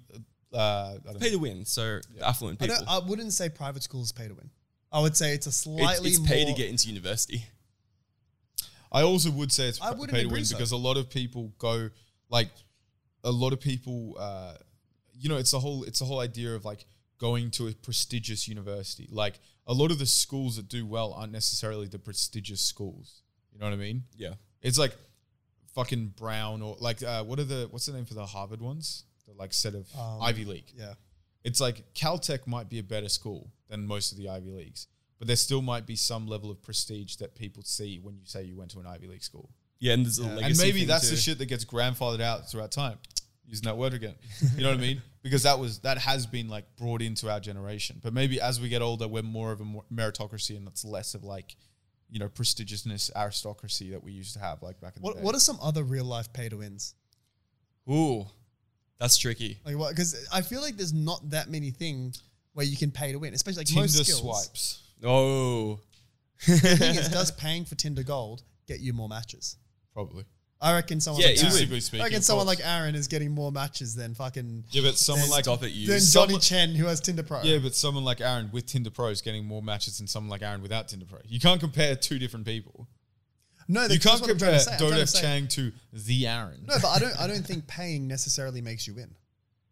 Speaker 1: uh, I don't
Speaker 3: pay
Speaker 1: know.
Speaker 3: to win, so affluent
Speaker 2: I,
Speaker 3: people.
Speaker 2: don't, I wouldn't say private school is pay to win. I would say it's a
Speaker 3: It's,
Speaker 2: slightly
Speaker 3: it's pay to
Speaker 2: more-
Speaker 3: get into university.
Speaker 1: I also would say it's
Speaker 2: I
Speaker 1: pr-
Speaker 2: wouldn't
Speaker 1: pay to
Speaker 2: agree
Speaker 1: win
Speaker 2: so.
Speaker 1: because a lot of people go like a lot of people. Uh, you know, it's the whole it's the whole idea of like going to a prestigious university. Like a lot of the schools that do well aren't necessarily the prestigious schools. You know what I mean?
Speaker 3: Yeah,
Speaker 1: It's like fucking Brown or like uh, what are the what's the name for the Harvard ones? The like set of
Speaker 2: Um,
Speaker 1: Ivy League.
Speaker 2: Yeah.
Speaker 1: It's like Caltech might be a better school than most of the Ivy Leagues, but there still might be some level of prestige that people see when you say you went to an Ivy League school.
Speaker 3: yeah, and there's a legacy
Speaker 1: and maybe
Speaker 3: thing
Speaker 1: that's the
Speaker 3: too.
Speaker 1: shit that gets grandfathered out throughout time. Using that word again. You know what I mean? Because that was that has been like brought into our generation. But maybe as we get older, we're more of a mer- meritocracy and that's less of like, you know, prestigiousness aristocracy that we used to have like back in
Speaker 2: What
Speaker 1: the day.
Speaker 2: What are some other real life pay to wins?
Speaker 3: Ooh, that's tricky.
Speaker 2: Like what? Because I feel like there's not that many things where you can pay to win, especially like
Speaker 1: Tinder
Speaker 2: most skills.
Speaker 1: swipes.
Speaker 3: Oh,
Speaker 2: The
Speaker 1: [LAUGHS]
Speaker 2: thing is, does paying for Tinder Gold get you more matches?
Speaker 1: Probably.
Speaker 2: I reckon someone
Speaker 3: Yeah,
Speaker 2: like
Speaker 3: it would.
Speaker 2: Aaron,
Speaker 1: Statistically
Speaker 2: I reckon
Speaker 1: speaking,
Speaker 2: someone
Speaker 1: false.
Speaker 2: like Aaron is getting more matches than fucking
Speaker 1: Yeah, but someone like
Speaker 3: stop it, you.
Speaker 2: than
Speaker 1: someone-
Speaker 2: Johnny Chen who has Tinder Pro.
Speaker 1: Yeah, but someone like Aaron with Tinder Pro is getting more matches than someone like Aaron without Tinder Pro. You can't compare two different people.
Speaker 2: no,
Speaker 1: You
Speaker 2: that's
Speaker 1: can't
Speaker 2: what I'm trying
Speaker 1: compare
Speaker 2: to say. I'm trying to
Speaker 1: Dodef
Speaker 2: say-
Speaker 1: Chang to the Aaron.
Speaker 2: No, but I don't. I don't think paying necessarily makes you win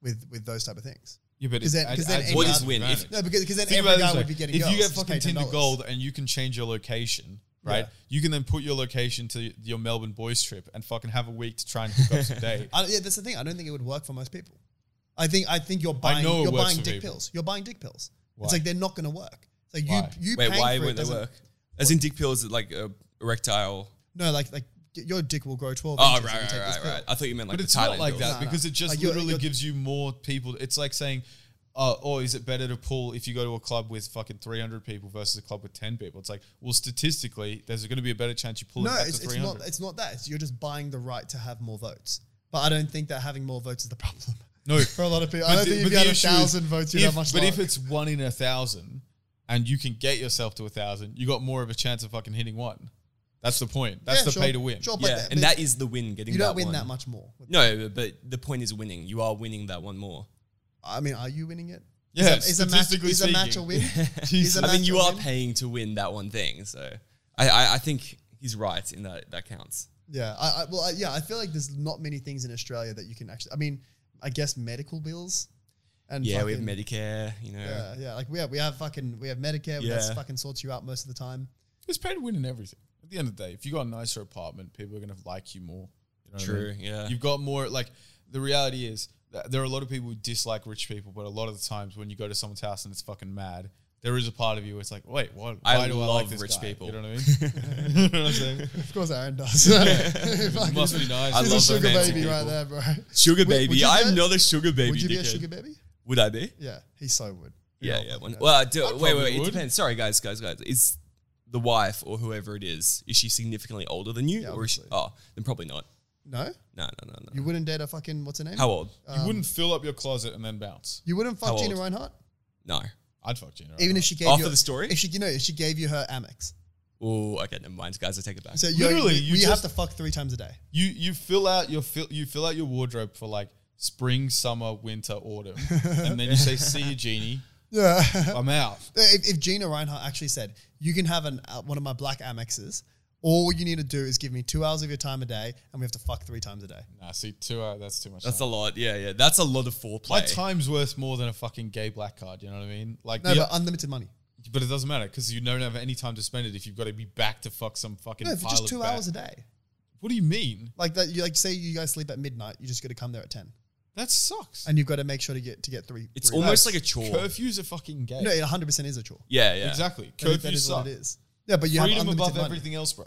Speaker 2: with with those type of things.
Speaker 1: Yeah, but
Speaker 2: 'Cause then- 'cause then any
Speaker 3: What is win? If-
Speaker 2: No, because because then
Speaker 1: Think about
Speaker 2: every
Speaker 1: it
Speaker 2: guy
Speaker 1: this way.
Speaker 2: would be getting.
Speaker 1: If
Speaker 2: girls
Speaker 1: you get
Speaker 2: just
Speaker 1: fucking
Speaker 2: pay
Speaker 1: Tinder
Speaker 2: $10.
Speaker 1: Gold and you can change your location, right?
Speaker 2: Yeah.
Speaker 1: You can then put your location to your Melbourne boys trip and fucking have a week to try and hook
Speaker 2: [LAUGHS]
Speaker 1: up some date.
Speaker 2: I, yeah, that's the thing. I don't think it would work for most people. I think I think you're buying
Speaker 1: know it
Speaker 2: you're
Speaker 1: works
Speaker 2: buying
Speaker 1: for
Speaker 2: dick
Speaker 1: people.
Speaker 2: pills. You're buying dick pills.
Speaker 1: Why?
Speaker 2: It's like they're not going to work. It's like
Speaker 1: Why?
Speaker 2: you you
Speaker 3: Wait,
Speaker 2: paying
Speaker 3: why
Speaker 2: for it
Speaker 3: won't they
Speaker 2: doesn't-
Speaker 3: work? As in dick pills, is like a erectile.
Speaker 2: No, like like your dick will grow twelve.
Speaker 3: Oh
Speaker 2: inches
Speaker 3: right,
Speaker 2: if you
Speaker 3: right,
Speaker 2: take this
Speaker 3: right,
Speaker 2: pill.
Speaker 3: right. I thought you meant like
Speaker 1: But
Speaker 3: the
Speaker 1: it's
Speaker 3: Thailand
Speaker 1: not like
Speaker 3: pills.
Speaker 1: that
Speaker 2: No, no.
Speaker 1: because it just
Speaker 2: Like, you're-
Speaker 1: literally
Speaker 2: you're-
Speaker 1: gives you more people. It's like saying, uh, oh, is it better to pull if you go to a club with fucking 300 people versus a club with 10 people? It's like, well, statistically, there's going to be a better chance you pull
Speaker 2: No,
Speaker 1: it back
Speaker 2: it's,
Speaker 1: to
Speaker 2: it's
Speaker 1: 300.
Speaker 2: not it's not that. It's, you're just buying the right to have more votes. But I don't think that having more votes is the problem.
Speaker 1: No.
Speaker 2: [LAUGHS] for a lot of people, I don't
Speaker 1: the-
Speaker 2: think if
Speaker 1: the
Speaker 2: you had a
Speaker 1: issue is
Speaker 2: thousand votes, you'd
Speaker 1: if-
Speaker 2: have much.
Speaker 1: But if
Speaker 2: luck.
Speaker 1: it's one in a thousand and you can get yourself to a thousand, you got more of a chance of fucking hitting one. That's the point. That's
Speaker 2: Yeah,
Speaker 1: the
Speaker 2: sure,
Speaker 1: pay to win.
Speaker 2: sure, but
Speaker 3: Yeah,
Speaker 2: that- but
Speaker 3: and that is the win. Getting
Speaker 2: you don't
Speaker 3: that
Speaker 2: win
Speaker 3: one.
Speaker 2: that much more.
Speaker 3: No, but the point is winning. You are winning that one more.
Speaker 2: I mean, are you
Speaker 3: [LAUGHS]
Speaker 2: winning it?
Speaker 1: Yeah,
Speaker 2: is a, is a match
Speaker 1: statistically
Speaker 2: is a match a
Speaker 1: speaking.
Speaker 2: win? Is a
Speaker 3: I
Speaker 2: match
Speaker 3: mean, you
Speaker 2: a
Speaker 3: are
Speaker 2: win?
Speaker 3: paying to win that one thing. So I, I, I think he's right in that that counts.
Speaker 2: Yeah, I, I well, I, yeah, I feel like there's not many things in Australia that you can actually. I mean, I guess medical bills, and
Speaker 3: Yeah, we have
Speaker 2: fucking-
Speaker 3: Medicare. You know,
Speaker 2: Yeah, yeah, like we have we have fucking we have Medicare. Yeah.
Speaker 3: Yeah.
Speaker 2: that fucking sorts you out most of the
Speaker 3: [LAUGHS]
Speaker 2: time.
Speaker 1: It's pay to win in everything. At the end of the day, if you got a nicer apartment, people are gonna like you more. You know what I
Speaker 3: True,
Speaker 1: mean?
Speaker 3: yeah.
Speaker 1: You've got more. Like the reality is, that there are a lot of people who dislike rich people, but a lot of the times when you go to someone's house and it's fucking mad, there is a part of you. It's like, wait, what?
Speaker 3: I
Speaker 1: Why do I
Speaker 3: love
Speaker 1: like this
Speaker 3: rich
Speaker 1: guy?
Speaker 3: people.
Speaker 1: You know what I
Speaker 3: [LAUGHS]
Speaker 1: mean? [LAUGHS] you know what I'm saying?
Speaker 2: Of course, Aaron does. [LAUGHS] Fucking-
Speaker 1: It must be nice.
Speaker 3: I
Speaker 2: He's
Speaker 3: love
Speaker 2: a sugar baby
Speaker 3: romantic
Speaker 2: right
Speaker 3: people.
Speaker 2: there, bro.
Speaker 3: sugar
Speaker 2: Would- would
Speaker 3: baby.
Speaker 2: you
Speaker 3: I'm
Speaker 2: be a-
Speaker 3: not a sugar baby.
Speaker 2: Would you be a
Speaker 3: dickhead.
Speaker 2: sugar baby?
Speaker 3: Would I be?
Speaker 2: Yeah, he so would.
Speaker 3: Yeah,
Speaker 2: You
Speaker 3: yeah.
Speaker 2: know,
Speaker 3: one- Well, I do, wait,
Speaker 1: probably
Speaker 3: wait, It
Speaker 1: would.
Speaker 3: depends. Sorry, guys, guys, guys. Is the wife or whoever it is is she significantly older than you,
Speaker 2: Yeah,
Speaker 3: or is she, oh, then probably not.
Speaker 2: No,
Speaker 3: No, no, no, no.
Speaker 2: you Uh, wouldn't date a fucking what's her name?
Speaker 3: How old?
Speaker 2: Um,
Speaker 1: you wouldn't fill up your closet and then bounce.
Speaker 2: you wouldn't fuck
Speaker 3: How
Speaker 2: Gina
Speaker 3: old?
Speaker 2: Reinhardt,
Speaker 3: No.
Speaker 1: I'd fuck Gina.
Speaker 2: even
Speaker 1: Reinhart.
Speaker 2: if she gave
Speaker 3: Oh,
Speaker 2: you
Speaker 3: for the story?
Speaker 2: If she, you know, if she gave you her Amex.
Speaker 3: Oh, okay. Never mind, guys. I take it back.
Speaker 2: So you're-
Speaker 1: Literally,
Speaker 2: you,
Speaker 1: you
Speaker 2: you have
Speaker 1: just-
Speaker 2: to fuck three times a day.
Speaker 1: you you fill out your fill you fill out your wardrobe for like spring, summer, winter, autumn, and then you
Speaker 3: [LAUGHS]
Speaker 1: say, "See you, Genie.
Speaker 2: Yeah.
Speaker 1: I'm out."
Speaker 2: [LAUGHS] If, if Gina Reinhart actually said, "You can have an uh, one of my black Amexes. All you need to do is give me two hours of your time a day, and we have to fuck three times a day."
Speaker 1: Nah, see, two hours, that's too much.
Speaker 3: That's
Speaker 1: time.
Speaker 3: a lot. Yeah, yeah. That's a lot of foreplay.
Speaker 1: My time's worth more than a fucking gay black card. You know what I mean? Like,
Speaker 2: No,
Speaker 1: the-
Speaker 2: but unlimited money.
Speaker 1: but, it doesn't matter because you don't have any time to spend it if you've got to be back to fuck some fucking.
Speaker 2: No, for
Speaker 1: pile
Speaker 2: just
Speaker 1: of
Speaker 2: two
Speaker 1: fat.
Speaker 2: hours a day.
Speaker 1: What do you mean?
Speaker 2: Like that, you like say you guys sleep at midnight. You just got to come there at ten,
Speaker 1: That sucks.
Speaker 2: and you've got to make sure to get to get three.
Speaker 3: It's
Speaker 2: three
Speaker 3: almost
Speaker 1: No,
Speaker 3: like a chore.
Speaker 1: Curfews are fucking gay.
Speaker 2: no, it one hundred percent is a chore.
Speaker 3: yeah, yeah.
Speaker 1: exactly.
Speaker 2: That is-
Speaker 1: Curfews
Speaker 2: that is
Speaker 1: suck.
Speaker 2: what it is. Yeah, but you have
Speaker 1: Freedom
Speaker 2: unlimited
Speaker 1: above
Speaker 2: money.
Speaker 1: everything else, bro.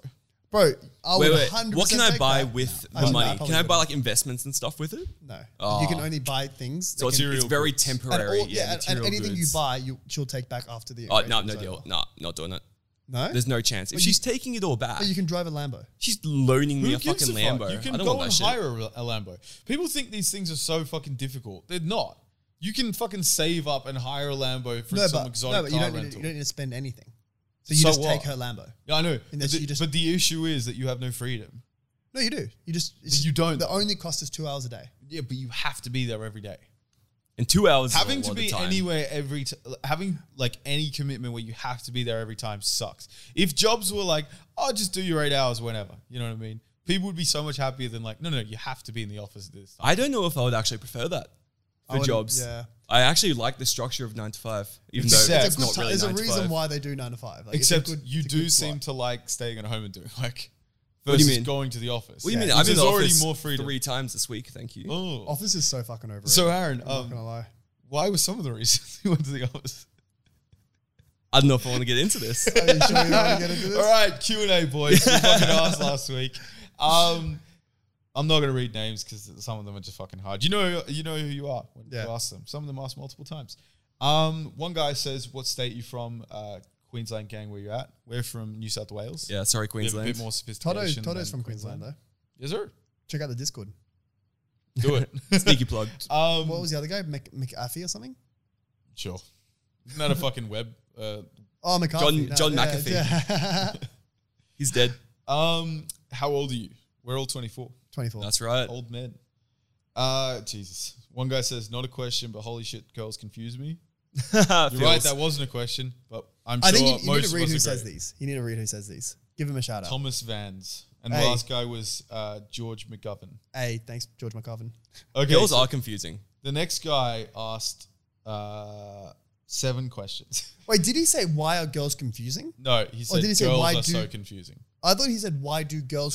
Speaker 2: bro. I
Speaker 3: Wait,
Speaker 2: would
Speaker 3: wait.
Speaker 2: 100%
Speaker 3: What can I
Speaker 2: take
Speaker 3: buy
Speaker 2: that.
Speaker 3: with
Speaker 2: No,
Speaker 3: the
Speaker 2: actually, no, I
Speaker 3: money?
Speaker 2: probably
Speaker 3: Can I buy
Speaker 2: wouldn't.
Speaker 3: like investments and stuff with it?
Speaker 2: No,
Speaker 3: Ah.
Speaker 2: you can only buy things.
Speaker 3: So
Speaker 2: that
Speaker 3: it's
Speaker 2: can-
Speaker 1: Material
Speaker 3: very
Speaker 1: goods.
Speaker 2: and all-
Speaker 3: temporary. yeah,
Speaker 2: yeah, and, and
Speaker 3: material
Speaker 2: anything
Speaker 3: goods.
Speaker 2: you buy, you she'll take back after the.
Speaker 3: Oh no, no
Speaker 2: arrangement's
Speaker 3: deal.
Speaker 2: over.
Speaker 3: No, not doing it.
Speaker 2: No,
Speaker 3: There's no chance. If
Speaker 2: But
Speaker 3: she's
Speaker 2: you-
Speaker 3: taking it all back,
Speaker 2: But you can drive a Lambo.
Speaker 3: she's loaning me
Speaker 1: Who
Speaker 3: a
Speaker 1: gives
Speaker 3: fucking
Speaker 1: fuck?
Speaker 3: Lambo.
Speaker 1: You can
Speaker 3: I don't
Speaker 1: go
Speaker 3: want
Speaker 1: and
Speaker 3: that shit.
Speaker 1: hire a, a Lambo. People think these things are so fucking difficult. They're not. You can fucking save up and hire a Lambo for
Speaker 2: No,
Speaker 1: some
Speaker 2: but,
Speaker 1: exotic
Speaker 2: no, but you
Speaker 1: car
Speaker 2: don't, need to,
Speaker 1: rental.
Speaker 2: you don't need to spend anything. So you
Speaker 1: So
Speaker 2: just
Speaker 1: what?
Speaker 2: take her Lambo.
Speaker 1: Yeah, I know. But
Speaker 2: that's-
Speaker 1: the,
Speaker 2: you just-
Speaker 1: but the issue is that you have no freedom.
Speaker 2: No, you do. You just it's-
Speaker 1: You don't.
Speaker 2: The only cost is two hours a day.
Speaker 1: Yeah, but you have to be there every day.
Speaker 3: And two hours is a
Speaker 1: having
Speaker 3: lot
Speaker 1: to
Speaker 3: of
Speaker 1: be
Speaker 3: time.
Speaker 1: anywhere every t- having like any commitment where you have to be there every time sucks. If jobs were like, "Oh, just do your eight hours whenever," you know what I mean? People would be so much happier than like, "No, no, you have to be in the office at this time."
Speaker 3: I don't know if I would actually prefer that for
Speaker 2: wouldn't-
Speaker 3: jobs.
Speaker 2: yeah.
Speaker 3: I actually like the structure of nine to five, even though
Speaker 1: Except-
Speaker 3: it's,
Speaker 1: It's a
Speaker 3: not
Speaker 2: Good ti-
Speaker 3: really
Speaker 2: there's a
Speaker 3: nine to
Speaker 2: reason
Speaker 3: five.
Speaker 2: why they do nine to five. Like, it's a
Speaker 1: Except
Speaker 2: good-
Speaker 1: you
Speaker 2: it's a
Speaker 1: do
Speaker 2: good
Speaker 1: seem
Speaker 2: slot.
Speaker 1: to like staying at home and doing [LAUGHS] like
Speaker 3: do you
Speaker 1: versus
Speaker 3: mean?
Speaker 1: going to the office.
Speaker 3: What do you mean?
Speaker 1: Which
Speaker 3: I'm in
Speaker 1: is
Speaker 3: the
Speaker 1: already
Speaker 3: office
Speaker 1: more freedom.
Speaker 3: three times this week. Thank you.
Speaker 1: Oh.
Speaker 2: Office is so fucking overrated.
Speaker 1: So Aaron,
Speaker 3: Oh
Speaker 2: I'm not
Speaker 1: um,
Speaker 2: gonna lie.
Speaker 1: why were some of the reasons [LAUGHS] you went to the office?
Speaker 3: I don't know if I want to get
Speaker 1: [LAUGHS]
Speaker 3: into this.
Speaker 2: Are you sure you want to get
Speaker 3: [LAUGHS]
Speaker 2: into this?
Speaker 1: All right, Q and A, boys. We
Speaker 2: [LAUGHS]
Speaker 1: fucking asked last week. Um, I'm not gonna read names because some of them are just fucking hard. You know, you know who you are when
Speaker 2: Yeah.
Speaker 1: you ask them. Some of them ask multiple times. Um, one guy says, "What state you from?" Uh, Queensland gang, where you at? We're from New South Wales.
Speaker 3: yeah, sorry,
Speaker 1: We have a
Speaker 3: Queensland.
Speaker 1: bit more
Speaker 2: Toto,
Speaker 1: sophistication.
Speaker 2: Toto's
Speaker 1: than
Speaker 2: from Queensland though.
Speaker 1: Yes, sir.
Speaker 2: Check out the Discord.
Speaker 1: Do it.
Speaker 2: [LAUGHS]
Speaker 3: Sneaky plug.
Speaker 1: um,
Speaker 2: What was the other guy? Mc, McAfee or something?
Speaker 1: sure. Isn't that a fucking web? Uh,
Speaker 2: Oh, McAfee.
Speaker 3: John McAfee.
Speaker 2: yeah. [LAUGHS]
Speaker 3: He's dead.
Speaker 1: um, how old are you? We're all 24.
Speaker 2: 24.
Speaker 3: That's right.
Speaker 1: old men. Uh Jesus. One guy says, not a question, but holy shit, girls confuse me. [LAUGHS] You're right,
Speaker 3: [LAUGHS] Feels-
Speaker 1: that wasn't a question, but I'm sure
Speaker 2: I think you, you
Speaker 1: most
Speaker 2: need to
Speaker 1: of
Speaker 2: read
Speaker 1: us
Speaker 2: who
Speaker 1: agree.
Speaker 2: says these. You need to read who says these. Give him a shout out.
Speaker 1: Thomas Vans. And
Speaker 2: Hey.
Speaker 1: the last guy was uh, George McGovern.
Speaker 2: Hey, thanks, George McAvin.
Speaker 1: Okay.
Speaker 3: Girls
Speaker 1: so
Speaker 3: are confusing.
Speaker 1: the next guy asked uh, seven questions. [LAUGHS]
Speaker 2: Wait, did he say why are girls confusing?
Speaker 1: no, he said
Speaker 2: Oh, did he say,
Speaker 1: girls
Speaker 2: "Why
Speaker 1: are
Speaker 2: do-"
Speaker 1: so confusing.
Speaker 2: I thought he said why do girls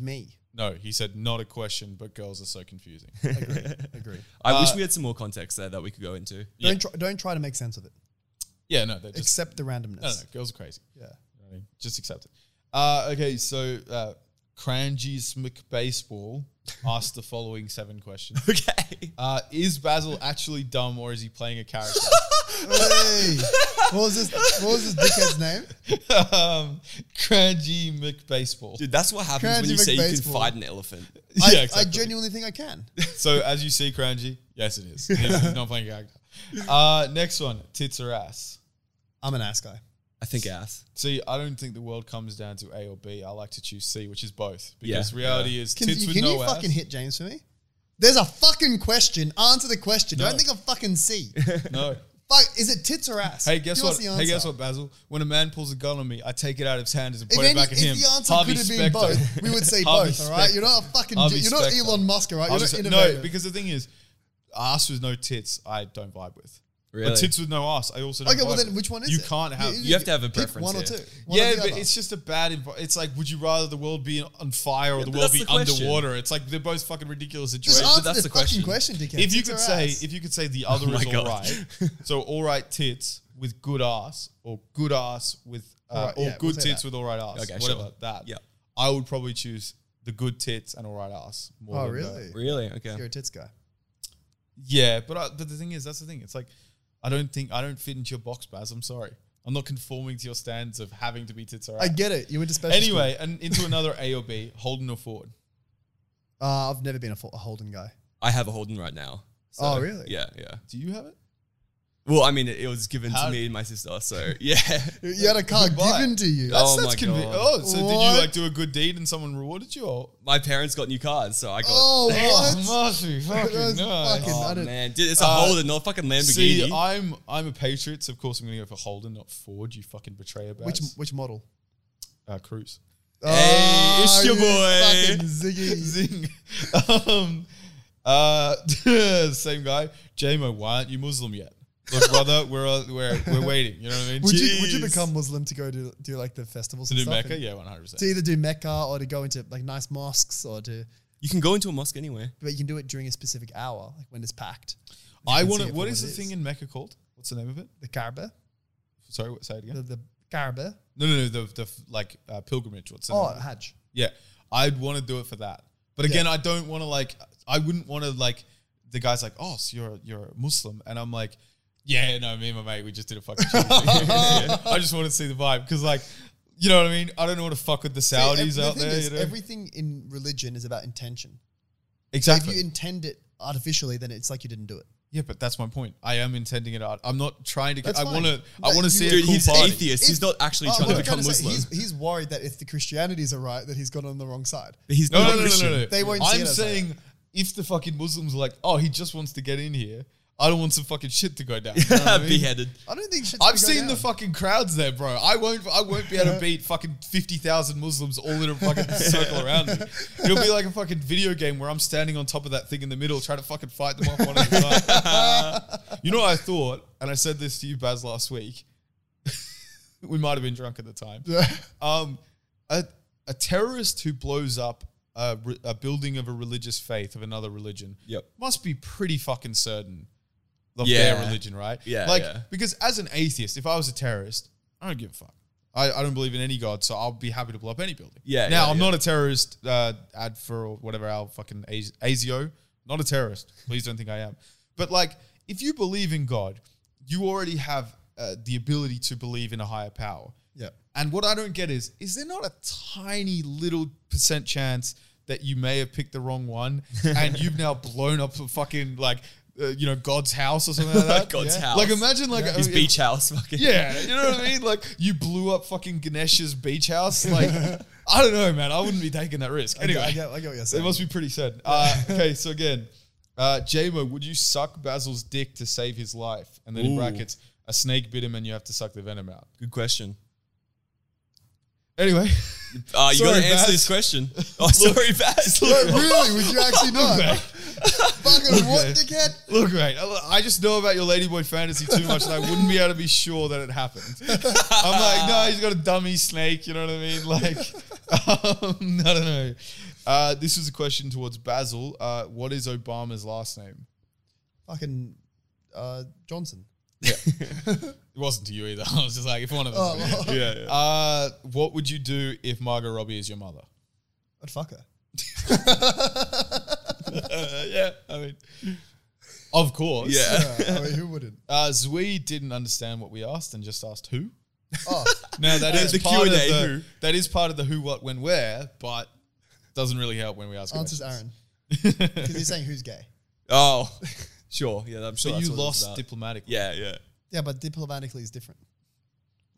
Speaker 1: [LAUGHS]
Speaker 2: me?
Speaker 1: No, he said not a question, but girls are so
Speaker 2: [LAUGHS]
Speaker 1: confusing.
Speaker 2: Agree.
Speaker 3: I wish
Speaker 1: Uh,
Speaker 3: we had some more context there that we could go into.
Speaker 1: Yeah.
Speaker 2: Don't try, don't try to make sense of it.
Speaker 1: yeah, no, they're just
Speaker 2: Accept the randomness.
Speaker 1: no, no, girls are crazy.
Speaker 2: Yeah.
Speaker 1: You know what I mean? Just accept it. Uh, okay, so uh, Crangy Smick
Speaker 2: [LAUGHS]
Speaker 1: Baseball asked the following seven questions.
Speaker 3: [LAUGHS] Okay.
Speaker 1: Uh, is Basil actually dumb or is he playing a
Speaker 2: [LAUGHS]
Speaker 1: character?
Speaker 2: Hey, what was this? What was this dickhead's name?
Speaker 1: um, Crangy Mick Baseball.
Speaker 3: Dude, that's what happens when
Speaker 2: Cranji
Speaker 3: you say you can
Speaker 2: McBaseball.
Speaker 3: fight an elephant.
Speaker 2: I,
Speaker 1: [LAUGHS] Yeah, exactly.
Speaker 2: I genuinely think
Speaker 1: [LAUGHS]
Speaker 2: I can.
Speaker 1: So as you see, Crangy, yes, it is. He's,
Speaker 2: [LAUGHS]
Speaker 1: he's not playing a character. Uh, next one, tits or ass.
Speaker 2: I'm an ass guy.
Speaker 3: I think ass.
Speaker 1: See, I don't think the world comes down to A or B. I like to choose C, which is both. Because
Speaker 3: Yeah.
Speaker 1: reality is
Speaker 2: Can,
Speaker 1: tits
Speaker 2: you,
Speaker 1: with
Speaker 2: can
Speaker 1: no
Speaker 2: you
Speaker 1: ass.
Speaker 2: fucking hit James for me? There's a fucking question. Answer the question.
Speaker 1: No.
Speaker 2: Don't think of
Speaker 1: [LAUGHS]
Speaker 2: fucking C.
Speaker 1: No.
Speaker 2: Fuck, is it tits or ass?
Speaker 1: Hey, guess
Speaker 2: Give us
Speaker 1: what?
Speaker 2: the
Speaker 1: Hey, guess
Speaker 2: answer.
Speaker 1: what, Basil? When a man pulls a gun on me, I take it out of his hands and
Speaker 2: If,
Speaker 1: point
Speaker 2: any,
Speaker 1: it back at
Speaker 2: if
Speaker 1: him.
Speaker 2: the answer
Speaker 1: Harvey
Speaker 2: could have
Speaker 1: Specter.
Speaker 2: been both, we would
Speaker 1: [LAUGHS]
Speaker 2: say
Speaker 1: Harvey
Speaker 2: both. All right,
Speaker 1: Specter.
Speaker 2: you're not a fucking.
Speaker 1: Harvey
Speaker 2: youyou're not
Speaker 1: Specter.
Speaker 2: Elon Musk, all right? You're
Speaker 1: Harvey
Speaker 2: not
Speaker 1: Specter.
Speaker 2: innovative.
Speaker 1: No, because the thing is, ass with no tits, I don't vibe with.
Speaker 3: Really?
Speaker 1: But tits with no ass, I also don't.
Speaker 2: okay, well
Speaker 1: vibe
Speaker 2: then,
Speaker 1: with.
Speaker 2: which one is
Speaker 1: you
Speaker 2: it?
Speaker 1: can't have.
Speaker 3: You have to have a
Speaker 2: pick
Speaker 3: preference
Speaker 2: One or two.
Speaker 3: here.
Speaker 2: One or
Speaker 1: yeah,
Speaker 2: the
Speaker 1: but
Speaker 2: other.
Speaker 1: it's just a bad. Env- it's like, would you rather the world be on fire or the
Speaker 3: but
Speaker 1: world
Speaker 3: that's
Speaker 1: be
Speaker 3: the question.
Speaker 1: underwater? It's like they're both fucking ridiculous
Speaker 2: just
Speaker 1: situations.
Speaker 2: answer
Speaker 3: that's
Speaker 2: the
Speaker 3: the
Speaker 2: fucking
Speaker 3: question.
Speaker 2: question, dickhead.
Speaker 1: if you
Speaker 2: Tits or
Speaker 1: could say,
Speaker 2: ass?
Speaker 1: if you could say the other
Speaker 3: Oh my
Speaker 1: is
Speaker 3: God.
Speaker 1: all right,
Speaker 3: [LAUGHS]
Speaker 1: so all right tits with good ass, or good ass with, uh,
Speaker 2: Alright,
Speaker 1: or
Speaker 2: yeah, we'll
Speaker 1: good
Speaker 2: say
Speaker 1: tits
Speaker 2: that.
Speaker 1: with all right ass,
Speaker 3: Okay,
Speaker 1: whatever
Speaker 3: sure.
Speaker 1: that.
Speaker 3: Yeah.
Speaker 1: I would probably choose the good tits and all right ass. More
Speaker 2: oh
Speaker 1: than the-
Speaker 2: really?
Speaker 3: Really? Okay.
Speaker 2: You're a tits guy.
Speaker 1: Yeah, but I, but the thing is, that's the thing. It's like I don't think I don't fit into your box, Baz. I'm sorry. I'm not conforming to your standards of having to be tits or
Speaker 2: I
Speaker 1: ass.
Speaker 2: get it. You went to special. school.
Speaker 1: Anyway, and into another A or B, Holden or Ford.
Speaker 2: Uh, I've never been a, Fo- a Holden guy.
Speaker 3: I have a Holden right now. So,
Speaker 2: Oh, really?
Speaker 3: Yeah, yeah.
Speaker 1: Do you have it?
Speaker 3: Well, I mean, it, it was given
Speaker 1: How-
Speaker 3: to me and my sister, so [LAUGHS] yeah.
Speaker 2: You- You had a car
Speaker 1: Goodbye.
Speaker 2: given to you.
Speaker 3: Oh my
Speaker 1: convi-
Speaker 3: God.
Speaker 1: Oh, so did
Speaker 2: What?
Speaker 1: you like do a good deed and someone rewarded you? Or?
Speaker 3: my parents got new cars, so I got.
Speaker 2: Oh, what?
Speaker 1: Marcy,
Speaker 2: [LAUGHS] That's
Speaker 1: fucking nice.
Speaker 2: fucking-
Speaker 3: Oh,
Speaker 2: I don't-
Speaker 3: man, dude, it's a
Speaker 1: Uh,
Speaker 3: Holden, not a fucking Lamborghini.
Speaker 1: See, uh, I'm I'm a patriot, so of course I'm gonna go for Holden, not Ford. You fucking betrayer, Baz.
Speaker 2: Which which model?
Speaker 1: uh, Cruise?
Speaker 3: Hey, it's
Speaker 2: Oh,
Speaker 3: your
Speaker 2: you
Speaker 3: boy.
Speaker 2: fucking
Speaker 1: [LAUGHS]
Speaker 2: Ziggy.
Speaker 1: Zing. um, uh, [LAUGHS] same guy, JMO. Why aren't you Muslim yet? Look, brother, we're uh, we're we're waiting. You know what I mean?
Speaker 2: Would you, would you
Speaker 3: Jeez.
Speaker 2: become Muslim to go to do like the festivals
Speaker 1: to
Speaker 2: and
Speaker 1: do
Speaker 2: stuff?
Speaker 1: Mecca?
Speaker 2: and-
Speaker 1: Yeah, one hundred percent.
Speaker 2: To either do Mecca or to go into like nice mosques or to,
Speaker 3: you can go into a mosque anywhere.
Speaker 2: but you can do it during a specific hour, like when it's packed.
Speaker 1: I
Speaker 2: can
Speaker 1: want
Speaker 2: see
Speaker 1: to.
Speaker 2: it
Speaker 1: What
Speaker 2: for
Speaker 1: is the
Speaker 2: what it
Speaker 1: thing
Speaker 2: is.
Speaker 1: in Mecca called? What's the name of it?
Speaker 2: The Kaaba,
Speaker 1: Sorry, what, say it
Speaker 2: the,
Speaker 1: again.
Speaker 2: the Kaaba.
Speaker 1: No, no, no. The the like uh, pilgrimage. What's the
Speaker 2: Oh,
Speaker 1: name?
Speaker 2: Hajj.
Speaker 1: Yeah, I'd want to do it for that. But again, I don't want to like. I wouldn't want to like. The guy's like, "Oh, so you're you're a Muslim," and I'm like, "Yeah, no, me and my mate, we just did a
Speaker 2: [LAUGHS]
Speaker 1: fucking." shit." Yeah. I just want to see the vibe because, like, you know what I mean. I don't know what to fuck with the
Speaker 2: See, ev-
Speaker 1: Saudis
Speaker 2: the
Speaker 1: out
Speaker 2: thing
Speaker 1: there.
Speaker 2: is,
Speaker 1: you know?
Speaker 2: Everything in religion is about intention.
Speaker 1: exactly.
Speaker 2: If you intend it artificially, then it's like you didn't do it.
Speaker 1: Yeah, but that's my point. I am intending it out. I'm not trying to.
Speaker 2: That's
Speaker 1: I
Speaker 2: fine.
Speaker 1: want to. I
Speaker 2: But
Speaker 1: want to
Speaker 2: you-
Speaker 1: see
Speaker 3: Dude,
Speaker 1: a cool
Speaker 3: he's
Speaker 1: party.
Speaker 3: atheist. he's
Speaker 2: If-
Speaker 3: not actually
Speaker 2: Oh, well,
Speaker 3: trying to
Speaker 2: I'm
Speaker 3: become
Speaker 2: trying to say,
Speaker 3: Muslim.
Speaker 2: he's, he's worried that if the Christianities are right, that he's gone on the wrong side.
Speaker 3: But he's
Speaker 1: No,
Speaker 3: not
Speaker 1: no, no, no,
Speaker 3: Christian.
Speaker 1: no,
Speaker 3: [LAUGHS]
Speaker 1: no.
Speaker 2: They won't see
Speaker 1: I'm
Speaker 2: it as that.
Speaker 1: saying if the fucking Muslims are like, oh, he just wants to get in here. I don't want some fucking shit to go
Speaker 2: [LAUGHS]
Speaker 1: down. You know what I mean?
Speaker 3: Beheaded.
Speaker 2: I don't think shit's gonna
Speaker 1: I've
Speaker 2: go
Speaker 1: seen the
Speaker 2: down.
Speaker 1: fucking crowds there, bro. I won't. I won't be able to beat fucking fifty thousand Muslims all in a
Speaker 2: [LAUGHS]
Speaker 1: fucking circle around me. It'll be like a fucking video game where I'm standing on top of that thing in the middle, trying to fucking fight them off one at a time.
Speaker 2: [LAUGHS]
Speaker 1: you know what I thought, and I said this to you, Baz, last week. [LAUGHS] we might have been drunk at the time. Um, a a terrorist who blows up a, re- a building of a religious faith of another religion
Speaker 3: Yep.
Speaker 1: must be pretty fucking certain of
Speaker 3: Yeah.
Speaker 1: their religion, right?
Speaker 3: Yeah,
Speaker 1: Like,
Speaker 3: yeah.
Speaker 1: because as an atheist, if I was a terrorist, I don't give a fuck. I, I don't believe in any god, so I'll be happy to blow up any building.
Speaker 3: Yeah,
Speaker 1: Now,
Speaker 3: yeah,
Speaker 1: I'm
Speaker 3: yeah.
Speaker 1: not a terrorist, uh, ad for or whatever, our fucking Az- ASIO. Not a terrorist. Please don't think I am. But, like, if you believe in God, you already have uh, the ability to believe in a higher power.
Speaker 2: Yeah.
Speaker 1: And what I don't get is, is there not a tiny little percent chance that you may have picked the wrong
Speaker 3: [LAUGHS]
Speaker 1: one and you've now blown up a fucking like, uh, you know, God's house or something like that?
Speaker 3: [LAUGHS] God's
Speaker 1: Yeah.
Speaker 3: house.
Speaker 1: Like imagine like
Speaker 3: His
Speaker 1: uh,
Speaker 3: beach house. Fucking.
Speaker 1: Yeah, you know what I mean? Like you blew up fucking Ganesh's beach house.
Speaker 3: [LAUGHS]
Speaker 1: Like I don't know, man. I wouldn't be taking that risk.
Speaker 2: I get-
Speaker 1: Anyway,
Speaker 2: I get, I get what you're
Speaker 1: it
Speaker 2: saying.
Speaker 1: must be pretty sad. Uh, okay, so again, uh, JMO, would you suck Basil's dick to save his life? And then in
Speaker 3: Ooh.
Speaker 1: brackets, a snake bit him and you have to suck the venom out.
Speaker 3: Good question.
Speaker 1: Anyway. [LAUGHS]
Speaker 3: Uh, you got
Speaker 1: Sorry,
Speaker 3: to answer
Speaker 1: Baz. [LAUGHS]
Speaker 3: this question. Oh, sorry, Baz.
Speaker 2: Wait, really? Would you actually not? Fucking what,
Speaker 1: [LAUGHS] Okay.
Speaker 2: dickhead?
Speaker 1: Look, mate, I- I just know about your Ladyboy fantasy too much that I wouldn't be able to be sure that it happened. I'm like, no, he's got a dummy snake, you know what I mean? Like, um, [LAUGHS] I don't know. Uh, this is a question towards Basil. Uh, what is Obama's last name?
Speaker 2: Fucking uh, Johnson.
Speaker 1: It wasn't to you either. [LAUGHS] I was just like, if one of us.
Speaker 2: Oh, well,
Speaker 3: yeah, yeah.
Speaker 1: Uh, what would you do if Margot Robbie is your mother? [LAUGHS]
Speaker 2: I'd fuck her.
Speaker 1: Uh, yeah, I mean, of course.
Speaker 3: Yeah.
Speaker 2: Yeah, I mean, who wouldn't?
Speaker 1: Uh, Zui didn't understand what we asked and just asked who.
Speaker 2: Oh,
Speaker 1: No, [LAUGHS] that
Speaker 3: Uh,
Speaker 1: is
Speaker 3: the
Speaker 1: part of
Speaker 3: Q&A,
Speaker 1: the,
Speaker 3: who?
Speaker 1: that is part of the who, what, when, where, but doesn't really help when we ask.
Speaker 2: answers
Speaker 1: questions.
Speaker 2: Aaron.
Speaker 1: [LAUGHS]
Speaker 2: Because he's saying who's gay.
Speaker 3: [LAUGHS] Oh, sure. Yeah, I'm sure.
Speaker 1: But you
Speaker 3: that's what it's
Speaker 1: lost
Speaker 3: about.
Speaker 1: diplomatically.
Speaker 3: yeah, yeah.
Speaker 2: Yeah, but diplomatically is different.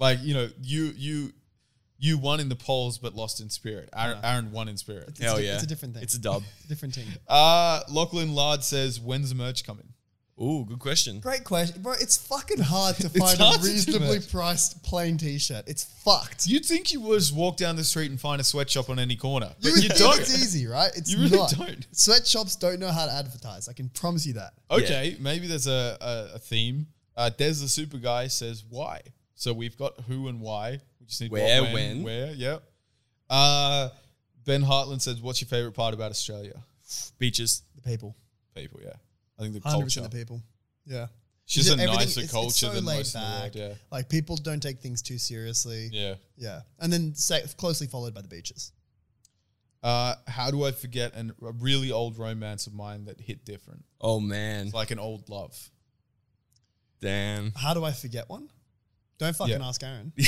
Speaker 1: Like you know, you you you won in the polls but lost in spirit. Aaron, Aaron won in spirit.
Speaker 2: It's
Speaker 3: Hell
Speaker 2: a,
Speaker 3: yeah.
Speaker 2: It's a different thing.
Speaker 3: It's a dub.
Speaker 2: different thing.
Speaker 1: Uh Lachlan Lard says, "When's merch coming?"
Speaker 3: Ooh, good question.
Speaker 2: Great question. Bro, it's fucking hard
Speaker 1: [LAUGHS]
Speaker 2: to find
Speaker 1: hard
Speaker 2: a
Speaker 1: to do
Speaker 2: reasonably
Speaker 1: that.
Speaker 2: priced plain t shirt. It's fucked.
Speaker 1: You'd think you would just walk down the street and find a sweatshop on any corner, but
Speaker 2: would
Speaker 1: you,
Speaker 2: think
Speaker 1: don't.
Speaker 2: It's easy, right? It's
Speaker 1: You really
Speaker 2: not.
Speaker 1: don't. Uh,
Speaker 2: Sweatshops don't know how to advertise. I can promise you that.
Speaker 1: Okay, maybe there's a, a, a theme. Uh, Des the super guy says why. So we've got who and why. We just need what,
Speaker 3: Where, when.
Speaker 1: where. Yep. Uh, ben Hartland says, "What's your favorite part about Australia?"
Speaker 3: Beaches.
Speaker 2: The people.
Speaker 1: People, yeah. I think the
Speaker 2: 100%
Speaker 1: culture.
Speaker 2: the people. Yeah.
Speaker 1: She's
Speaker 2: Is
Speaker 1: a
Speaker 2: it everything-
Speaker 1: nicer
Speaker 2: it's- it's
Speaker 1: culture
Speaker 2: so
Speaker 1: than
Speaker 2: laid
Speaker 1: most in
Speaker 2: back.
Speaker 1: the world.
Speaker 2: Like people don't take things too seriously. Yeah.
Speaker 1: Yeah.
Speaker 2: And then sa- closely followed by the beaches.
Speaker 1: Yeah. Uh, how do I forget an, a really old romance of mine that hit different,
Speaker 3: Oh man,
Speaker 1: It's like an old love?
Speaker 2: [LAUGHS]
Speaker 3: damn.
Speaker 2: How do I forget one? Don't fucking
Speaker 1: Yeah. [LAUGHS]
Speaker 2: ask Aaron.
Speaker 3: don't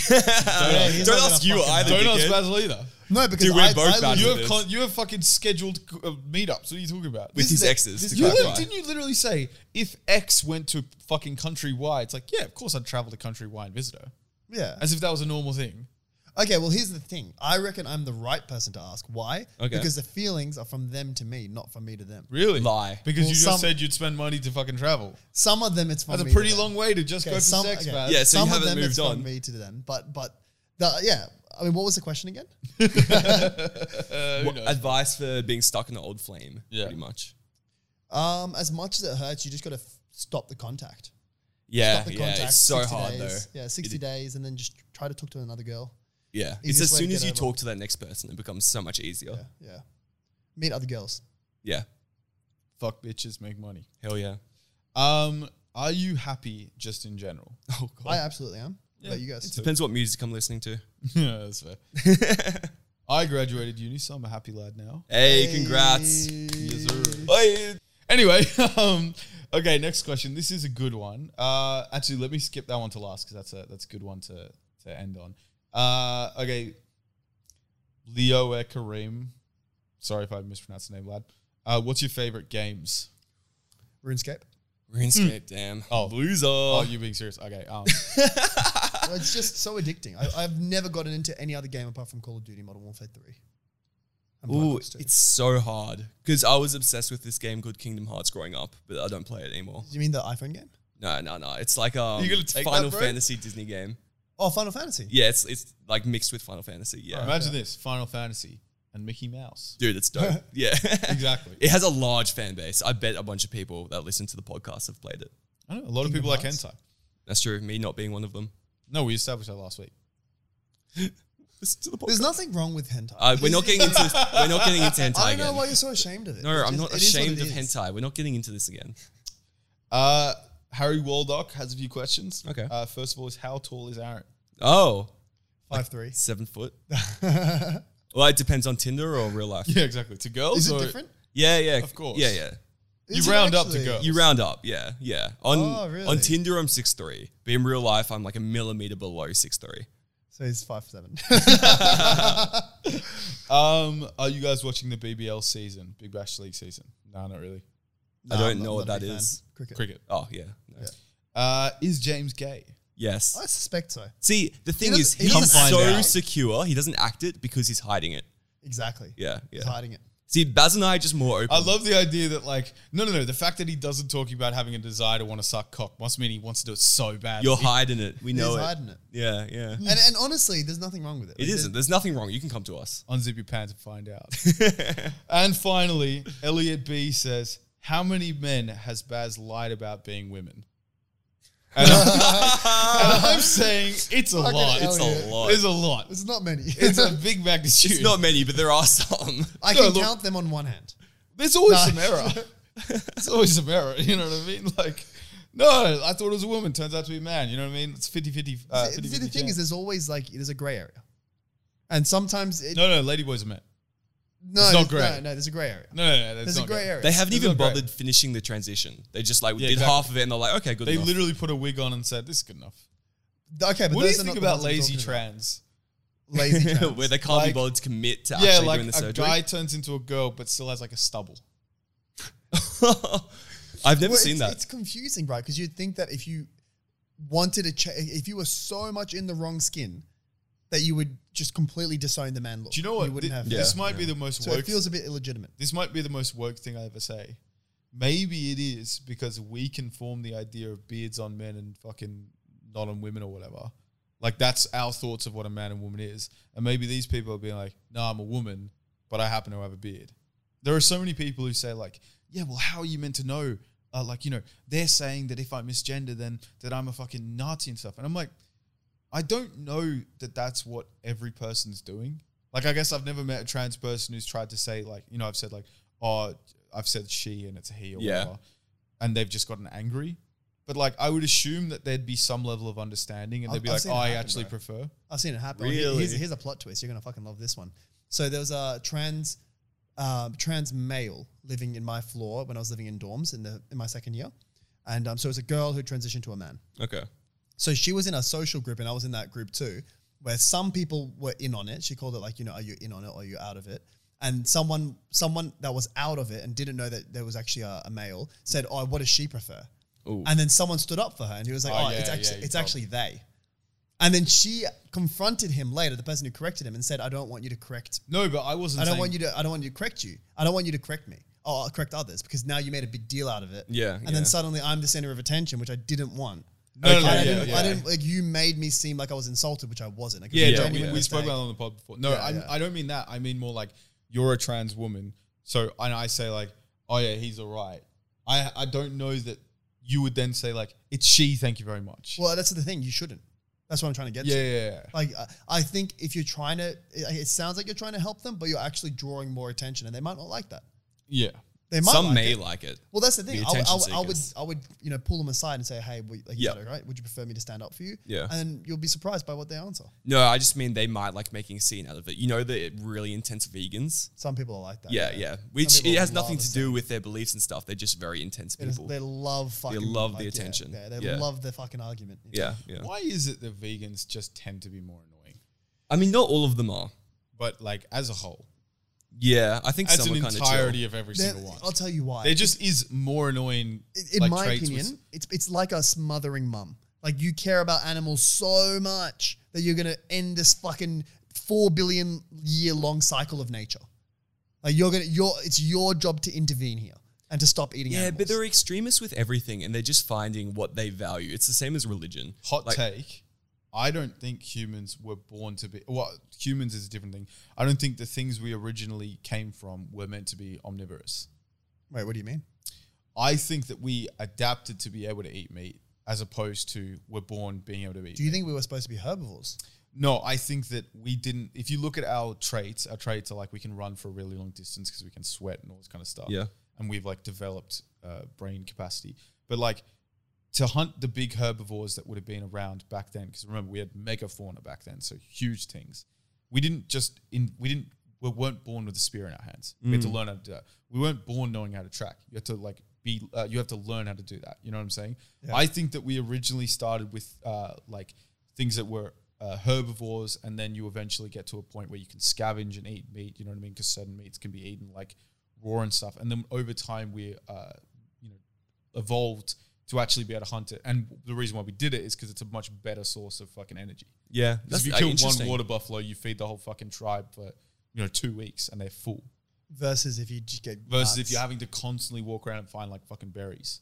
Speaker 2: he's not
Speaker 3: ask
Speaker 2: gonna
Speaker 3: you
Speaker 2: fucking
Speaker 3: either.
Speaker 1: Don't ask
Speaker 3: dickhead.
Speaker 1: Basil either.
Speaker 2: No, because
Speaker 3: Dude, we're
Speaker 2: I,
Speaker 3: both
Speaker 2: I
Speaker 3: bad
Speaker 2: you-
Speaker 1: You
Speaker 3: it
Speaker 1: have
Speaker 3: is.
Speaker 1: con- you have fucking scheduled c- uh, meetups. What are you talking about?
Speaker 2: This
Speaker 3: with
Speaker 2: is
Speaker 3: his
Speaker 2: a-
Speaker 3: exes.
Speaker 2: this
Speaker 3: To
Speaker 2: is
Speaker 1: You
Speaker 2: Black
Speaker 1: li-
Speaker 3: clarify.
Speaker 1: didn't you literally say if X went to fucking country Y, it's like, yeah, of course I'd travel to country Y and visit her.
Speaker 2: yeah.
Speaker 1: As if that was a normal thing.
Speaker 2: Okay, well, here's the thing. I reckon I'm the right person to ask. Why?
Speaker 3: Okay.
Speaker 2: Because the feelings are from them to me, not from me to them.
Speaker 1: Really?
Speaker 3: Lie.
Speaker 1: Because
Speaker 2: Well,
Speaker 1: you just
Speaker 2: some-
Speaker 1: said you'd spend money to fucking travel.
Speaker 2: Some of them, it's from
Speaker 1: That's a
Speaker 2: me
Speaker 1: pretty
Speaker 2: to them.
Speaker 1: long way to just
Speaker 2: Okay,
Speaker 1: go for
Speaker 2: some,
Speaker 1: sex,
Speaker 2: okay.
Speaker 1: man.
Speaker 3: Yeah, so you
Speaker 2: some
Speaker 3: haven't
Speaker 2: of them
Speaker 3: moved
Speaker 2: it's
Speaker 3: on.
Speaker 2: from me to them. But, but the, yeah, I mean, what was the question again?
Speaker 3: What- advice for being stuck in the old flame.
Speaker 1: Yeah.
Speaker 3: pretty much.
Speaker 2: Um, as much as it hurts, you just got to f- stop the contact.
Speaker 3: Yeah,
Speaker 2: Stop the
Speaker 3: yeah.
Speaker 2: contact,
Speaker 3: It's so
Speaker 2: 60
Speaker 3: hard
Speaker 2: days.
Speaker 3: though.
Speaker 2: Yeah, 60 days and then just try to talk to another girl.
Speaker 3: Yeah, it's
Speaker 2: Easiest
Speaker 3: as
Speaker 2: way
Speaker 3: soon
Speaker 2: to
Speaker 3: as
Speaker 2: get
Speaker 3: you
Speaker 2: over.
Speaker 3: talk to that next person, it becomes so much easier.
Speaker 2: Yeah, yeah. Meet other girls.
Speaker 3: Yeah,
Speaker 1: Fuck bitches, make money.
Speaker 3: hell yeah.
Speaker 1: Um, are you happy just in general?
Speaker 3: [LAUGHS] Oh god,
Speaker 2: I absolutely am. What about you
Speaker 3: it
Speaker 2: guys?
Speaker 3: depends what music I'm listening to.
Speaker 1: [LAUGHS] yeah, that's fair.
Speaker 3: [LAUGHS]
Speaker 1: I graduated uni, so I'm a happy lad now.
Speaker 3: Hey, congrats.
Speaker 1: Yes, sir.
Speaker 3: Oi.
Speaker 1: Anyway, [LAUGHS] um, okay, next question. This is a good one. Uh, actually, let me skip that one to last because that's a that's a good one to to end on. Uh, okay, Leo Air Kareem. Sorry if I mispronounced the name, lad. Uh, what's your favorite games?
Speaker 2: RuneScape.
Speaker 3: RuneScape, damn.
Speaker 2: Hmm.
Speaker 1: Oh.
Speaker 3: loser.
Speaker 1: Oh, you being serious? Okay.
Speaker 2: [LAUGHS]
Speaker 1: Um,
Speaker 2: It's just so addicting. I, I've never gotten into any other game apart from Call of Duty Modern Warfare 3. And Black
Speaker 3: Ooh,
Speaker 2: Ops 2.
Speaker 3: it's so hard because I was obsessed with this game called Kingdom Hearts growing up, but I don't play it anymore.
Speaker 2: Do you mean the iPhone game?
Speaker 3: No, no, no. It's like um,
Speaker 1: You gonna take that,
Speaker 3: Final
Speaker 1: bro?
Speaker 3: Fantasy Disney game.
Speaker 2: Oh, Final Fantasy.
Speaker 3: Yeah, it's it's like mixed with Final Fantasy. Yeah,
Speaker 1: imagine this: Final Fantasy and Mickey
Speaker 2: [LAUGHS]
Speaker 1: Mouse.
Speaker 3: dude, it's dope. yeah, [LAUGHS]
Speaker 1: Exactly.
Speaker 3: It has a large fan base. I bet a bunch of people that listen to the podcast have played it.
Speaker 1: I don't know. A lot of people like hentai.
Speaker 3: That's true. Me not being one of them.
Speaker 1: No, we established that last week.
Speaker 3: Listen to
Speaker 2: [LAUGHS]
Speaker 3: the podcast.
Speaker 2: There's nothing wrong with hentai.
Speaker 3: Uh, we're not getting into we're not getting into
Speaker 2: [LAUGHS]
Speaker 3: hentai
Speaker 2: I don't
Speaker 3: again.
Speaker 2: know why you're so ashamed of it.
Speaker 3: no,
Speaker 2: It's
Speaker 3: I'm
Speaker 2: just-
Speaker 3: not
Speaker 2: it is what
Speaker 3: ashamed
Speaker 2: it
Speaker 3: of
Speaker 2: is.
Speaker 3: hentai. We're not getting into this again.
Speaker 1: Uh, Harry Waldock has a few questions.
Speaker 3: Okay.
Speaker 1: Uh, first of all, is how tall is Aaron? [LAUGHS]
Speaker 3: Oh,
Speaker 2: Five three.
Speaker 3: seven
Speaker 2: [LAUGHS]
Speaker 3: foot. well, it depends on Tinder or real life.
Speaker 1: Yeah, exactly. To girls,
Speaker 2: Is
Speaker 1: or-
Speaker 2: it different?
Speaker 3: Yeah, yeah,
Speaker 1: Of course.
Speaker 3: Yeah, yeah.
Speaker 1: You
Speaker 2: Is it
Speaker 1: round up to
Speaker 2: actually?
Speaker 1: go.
Speaker 3: You round up, yeah, yeah. On
Speaker 2: Oh, really?
Speaker 3: on Tinder, I'm six three, but in real life, I'm like a millimeter below six three.
Speaker 2: So he's five seven. [LAUGHS]
Speaker 1: Um, are you guys watching the BBL season, Big Bash League season? No, not really.
Speaker 3: I don't know what that is.
Speaker 2: Cricket.
Speaker 1: Cricket.
Speaker 3: Oh yeah, no.
Speaker 1: Uh, is James gay?
Speaker 3: yes.
Speaker 2: I suspect so.
Speaker 3: See, the thing
Speaker 2: doesn't-
Speaker 3: is,
Speaker 2: he
Speaker 3: he's
Speaker 2: doesn't find
Speaker 3: so
Speaker 2: out.
Speaker 3: secure. He doesn't act it because he's hiding it.
Speaker 2: Exactly.
Speaker 3: Yeah,
Speaker 2: He's
Speaker 3: yeah.
Speaker 2: hiding it.
Speaker 3: See, Baz and I are just more open.
Speaker 1: I love the idea that like no no no the fact that he doesn't talk about having a desire to want to suck cock must mean he wants to do it so bad.
Speaker 3: You're hiding it. We know
Speaker 2: he's
Speaker 3: it.
Speaker 2: hiding it.
Speaker 3: Yeah, yeah.
Speaker 2: And, and honestly, there's nothing wrong with it.
Speaker 3: It isn't. There's nothing wrong. You can come to us.
Speaker 1: Unzip your pants and find out. and finally, Elliot B says, "How many men has Baz lied about being women?" And I'm, and I'm saying it's a
Speaker 2: Fucking
Speaker 1: lot.
Speaker 2: hell
Speaker 3: It's
Speaker 2: yeah.
Speaker 3: a lot.
Speaker 1: There's a lot.
Speaker 2: It's not many.
Speaker 1: It's a big magnitude.
Speaker 3: It's not many, but there are some.
Speaker 2: [LAUGHS] I
Speaker 1: No,
Speaker 2: can
Speaker 1: look-
Speaker 2: count them on one hand.
Speaker 1: There's always
Speaker 2: No.
Speaker 1: some
Speaker 2: [LAUGHS]
Speaker 1: error. There's always some error. [LAUGHS] You know what I mean? Like, no, I thought it was a woman. Turns out to be a man. You know what I mean? It's 50 50. Uh,
Speaker 2: See,
Speaker 1: 50,
Speaker 2: the thing is, there's always like there's a gray area, and sometimes it, no,
Speaker 1: no, no, ladyboys are men.
Speaker 2: no,
Speaker 1: it's not
Speaker 2: No,
Speaker 1: grey.
Speaker 2: no, there's a gray area.
Speaker 1: No, no, no. That's
Speaker 2: there's a
Speaker 1: not
Speaker 2: gray
Speaker 1: good.
Speaker 2: area.
Speaker 3: They haven't
Speaker 1: It's
Speaker 3: even
Speaker 1: not great.
Speaker 3: bothered finishing the transition. They just like
Speaker 1: Yeah,
Speaker 3: did
Speaker 1: exactly.
Speaker 3: half of it, and they're like, okay, good.
Speaker 1: They
Speaker 3: enough.
Speaker 1: literally put a wig on and said, this is good enough.
Speaker 2: okay, but
Speaker 1: what do you
Speaker 2: those are not
Speaker 1: think
Speaker 2: the
Speaker 1: about
Speaker 2: ones I'm
Speaker 1: lazy
Speaker 2: talking about.
Speaker 1: trans? [LAUGHS]
Speaker 3: [LAUGHS]
Speaker 2: Lazy trans.
Speaker 3: where they can't
Speaker 1: Like-
Speaker 3: be bothered to commit to
Speaker 1: yeah,
Speaker 3: actually
Speaker 1: like
Speaker 3: doing the
Speaker 1: a
Speaker 3: surgery.
Speaker 1: guy turns into a girl but still has like a stubble.
Speaker 3: [LAUGHS] I've never
Speaker 2: Well,
Speaker 3: seen
Speaker 2: it's,
Speaker 3: that.
Speaker 2: It's confusing, right? Because you'd think that if you wanted to, cha- if you were so much in the wrong skin, that you would just completely disown the man look.
Speaker 1: Do you know what?
Speaker 2: You wouldn't
Speaker 1: Thi-
Speaker 2: have.
Speaker 1: This
Speaker 3: Yeah.
Speaker 1: might be the most
Speaker 2: So
Speaker 1: woke.
Speaker 2: it feels a bit illegitimate.
Speaker 1: this might be the most woke thing I ever say. Maybe it is because we can form the idea of beards on men and fucking not on women or whatever. Like that's our thoughts of what a man and woman is. And maybe these people are being like, no, I'm a woman, but I happen to have a beard. There are so many people who say like, yeah, well, how are you meant to know? Uh, like, you know, they're saying that if I misgender, then that I'm a fucking Nazi and stuff. And I'm like, I don't know that that's what every person's doing. Like, I guess I've never met a trans person who's tried to say, like, you know, I've said, like, oh, I've said she and it's a he or
Speaker 3: Yeah.
Speaker 1: whatever. And they've just gotten angry. But, like, I would assume that there'd be some level of understanding and they'd
Speaker 2: I've-
Speaker 1: be
Speaker 2: I've
Speaker 1: like,
Speaker 2: seen
Speaker 1: oh,
Speaker 2: it
Speaker 1: I
Speaker 2: happen,
Speaker 1: actually
Speaker 2: bro.
Speaker 1: prefer.
Speaker 2: I've seen it happen. Here-
Speaker 3: Really?
Speaker 2: Here's, here's a plot twist. You're gonna fucking love this one. So there was a trans, um, trans male living in my floor when I was living in dorms in the in my second year, and um, so it was a girl who transitioned to a man.
Speaker 3: okay.
Speaker 2: So she was in a social group, and I was in that group too, where some people were in on it. She called it like, you know, are you in on it or are you out of it? And someone, someone that was out of it and didn't know that there was actually a, a male said, "Oh, what does she prefer?"
Speaker 3: Ooh.
Speaker 2: And then someone stood up for her, and he was like,
Speaker 1: Oh,
Speaker 2: "Oh,
Speaker 1: yeah,
Speaker 2: it's
Speaker 1: yeah,
Speaker 2: actually
Speaker 1: you
Speaker 2: it's
Speaker 1: told
Speaker 2: actually they." And then she confronted him later, the person who corrected him, and said, "I don't want you to correct.
Speaker 1: No, but I wasn't
Speaker 2: I don't
Speaker 1: saying-
Speaker 2: want you to. I don't want you to correct you. I don't want you to correct me. Oh, I'll correct others because now you made a big deal out of it.
Speaker 3: Yeah,
Speaker 2: And
Speaker 3: yeah.
Speaker 2: then suddenly I'm the center of attention, which I didn't want.
Speaker 1: No, no,
Speaker 3: Okay.
Speaker 1: no,
Speaker 2: I
Speaker 1: yeah,
Speaker 2: didn't,
Speaker 1: yeah.
Speaker 2: I didn't like you made me seem like I was insulted, which I wasn't. Like, it was
Speaker 1: Yeah,
Speaker 2: a
Speaker 1: no,
Speaker 2: genuine
Speaker 1: we, we
Speaker 2: mistake.
Speaker 1: spoke about it on the pod before. No,
Speaker 2: Yeah,
Speaker 1: I'm,
Speaker 2: yeah.
Speaker 1: I don't mean that. I mean more like you're a trans woman. So and I say like, oh yeah, he's all right. I I don't know that you would then say like, it's she. Thank you very much.
Speaker 2: Well, that's the thing. You shouldn't. That's what I'm trying to get.
Speaker 1: yeah,
Speaker 2: To.
Speaker 1: yeah, yeah.
Speaker 2: Like I- I think if you're trying to, it, it sounds like you're trying to help them, but you're actually drawing more attention, and they might not like that.
Speaker 1: yeah.
Speaker 2: They might.
Speaker 3: Some
Speaker 2: like
Speaker 3: may
Speaker 2: it.
Speaker 3: like it.
Speaker 2: Well, that's the thing.
Speaker 3: be
Speaker 2: I, would- I,
Speaker 3: attention
Speaker 2: would- I would,
Speaker 3: seekers.
Speaker 2: I would, you know, pull them aside and say, "Hey, we, like, you
Speaker 3: Yeah.
Speaker 2: got it right. Would you prefer me to stand up for you?"
Speaker 3: Yeah.
Speaker 2: And you'll be surprised by what they answer.
Speaker 3: No, I just mean they might like making a scene out of it. You know the really intense vegans.
Speaker 2: Some people are like that.
Speaker 3: Yeah, yeah. Which
Speaker 2: Oh, people
Speaker 3: it has
Speaker 2: love
Speaker 3: nothing
Speaker 2: the
Speaker 3: to do with their beliefs and stuff. They're just very intense
Speaker 2: They, just-
Speaker 3: people.
Speaker 2: they love fucking.
Speaker 3: love the
Speaker 2: yeah,
Speaker 3: attention.
Speaker 2: Yeah, they
Speaker 3: Yeah.
Speaker 2: love the fucking argument.
Speaker 3: Yeah, yeah.
Speaker 1: Why is it that vegans just tend to be more annoying?
Speaker 3: I mean, not all of them are.
Speaker 1: But like as a whole,
Speaker 3: Yeah, I think
Speaker 1: That's an
Speaker 3: someone kind of
Speaker 1: entirety of every
Speaker 2: There-
Speaker 1: single one.
Speaker 2: I'll tell you why.
Speaker 1: There just is more annoying.
Speaker 2: I- in
Speaker 1: like,
Speaker 2: my
Speaker 1: traits with-
Speaker 2: opinion, it's it's like a smothering mum. Like you care about animals so much that you're gonna end this fucking four billion year long cycle of nature. Like you're gonna your it's your job to intervene here and to stop eating
Speaker 3: Yeah,
Speaker 2: animals.
Speaker 3: but there are extremists with everything, and they're just finding what they value. It's the same as religion.
Speaker 1: hot
Speaker 3: Like,
Speaker 1: take. I don't think humans were born to be. Well, humans is a different thing. I don't think the things we originally came from were meant to be omnivorous.
Speaker 2: Wait, what do you mean?
Speaker 1: I think that we adapted to be able to eat meat as opposed to we're born being able to eat.
Speaker 2: Do you think we were supposed to be herbivores?
Speaker 1: No, I think that we didn't. If you look at our traits, our traits are like we can run for a really long distance because we can sweat and all this kind of stuff.
Speaker 3: Yeah.
Speaker 1: and we've like developed uh, brain capacity. But like to hunt the big herbivores that would have been around back then, because remember we had megafauna back then, so huge things. We didn't just in we didn't we weren't born with a spear in our hands. We had to learn how to do that. We weren't born knowing how to track. You have to like be uh, you have to learn how to do that. You know what I'm saying? I think that we originally started with uh, like things that were uh, herbivores, and then you eventually get to a point where you can scavenge and eat meat. You know what I mean? Because certain meats can be eaten like raw and stuff. And then over time, we, uh, you know, evolved to actually be able to hunt it. And the reason why we did it is because it's a much better source of fucking energy.
Speaker 3: Yeah,
Speaker 1: 'Cause
Speaker 3: that's
Speaker 1: if
Speaker 3: like,
Speaker 1: you kill
Speaker 3: interesting.
Speaker 1: one water buffalo, you feed the whole fucking tribe for you know two weeks, and they're full.
Speaker 2: Versus if you just get
Speaker 1: Versus
Speaker 2: nuts.
Speaker 1: if you're having to constantly walk around and find like fucking berries.